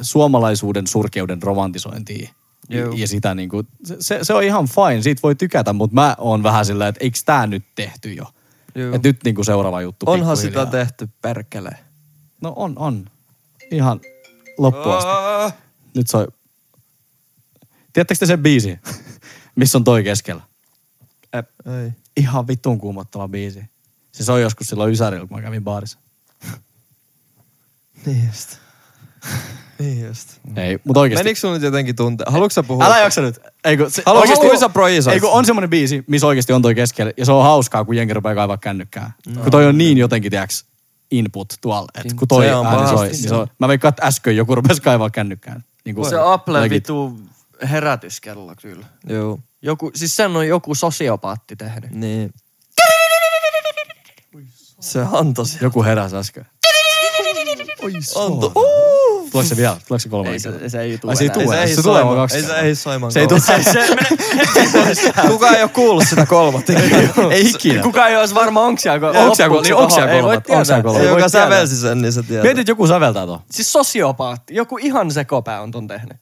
suomalaisuuden surkeuden romantisointia. Joo. Ja sitä niinku, se- se, se, on ihan fine, siitä voi tykätä, mutta mä oon vähän sillä, että eikö tää nyt tehty jo? Joo. Et nyt niinku seuraava juttu Onhan pikkuhiljaa. sitä tehty, perkele. No on, on. Ihan loppuun asti. Nyt soi. Tiedättekö te sen biisi, missä on toi keskellä? Äp. Ei. Ihan vitun kuumottava biisi. Se soi joskus silloin Ysärillä, kun mä kävin baarissa. Niin just. Niin just. Ei, mutta oikeesti. Menikö sun nyt jotenkin tunte? Haluatko sä puhua? Älä jaksa nyt. Eikö, se, Haluan oikeesti- kuulla, sä projisoit. Ei kun on semmonen biisi, missä oikeasti on toi keskellä. Ja se on hauskaa, kun jengi rupeaa kaivaa kännykkää. Kun toi on niin jotenkin, tiiäks, input tuolla. Et kun toi Se on ääni soi, pahasti niin se on, mä veikkaan, että äsken joku rupesi kaivaa kännykkää. Niin kuin Se Apple legit. vitu herätyskello kyllä. Joo. Joku, siis sen on joku sosiopaatti tehnyt. Niin. Se antoi se. Joku heräsi äsken. Antoi. Tuleeko se vielä? Tuleeko se kolmannen kerran? Se, se ei tule Ai se ei enää. tule. ei Se, tulee soimaan. vaan kaksi Ei se- kertaa. ei soimaan Se ei tule. kolmas. Se, se, Kuka ei ole kuullut sitä kolmatta. ei ikinä. Kuka ei olisi varma, onko siellä kol- Onko siellä kol- loppuksi niin onko siellä kohan? Ei voi kolmat? Onko siellä tietää. kolmat? Se, Ei voi joka tietää. sävelsi sen, niin se tietää. Mietit, että joku säveltää tuon. Siis sosiopaatti. Joku ihan sekopää on ton tehnyt.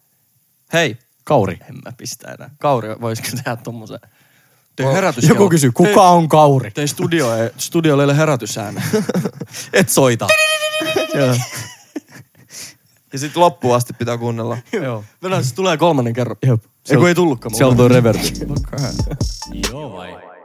Hei, Kauri. en mä pistä enää. Kauri, voisiko tehdä tommosen? Joku kysyy, kuka on Kauri? Tein studio, ei- studiolle ei ole herätysääne. Et soita. Ja sit loppuun asti pitää kuunnella. Joo. Venä, se tulee kolmannen kerran. Jep. Ei kun ei tullutkaan Siellä on mulle. tuo reverbi. Joo vai?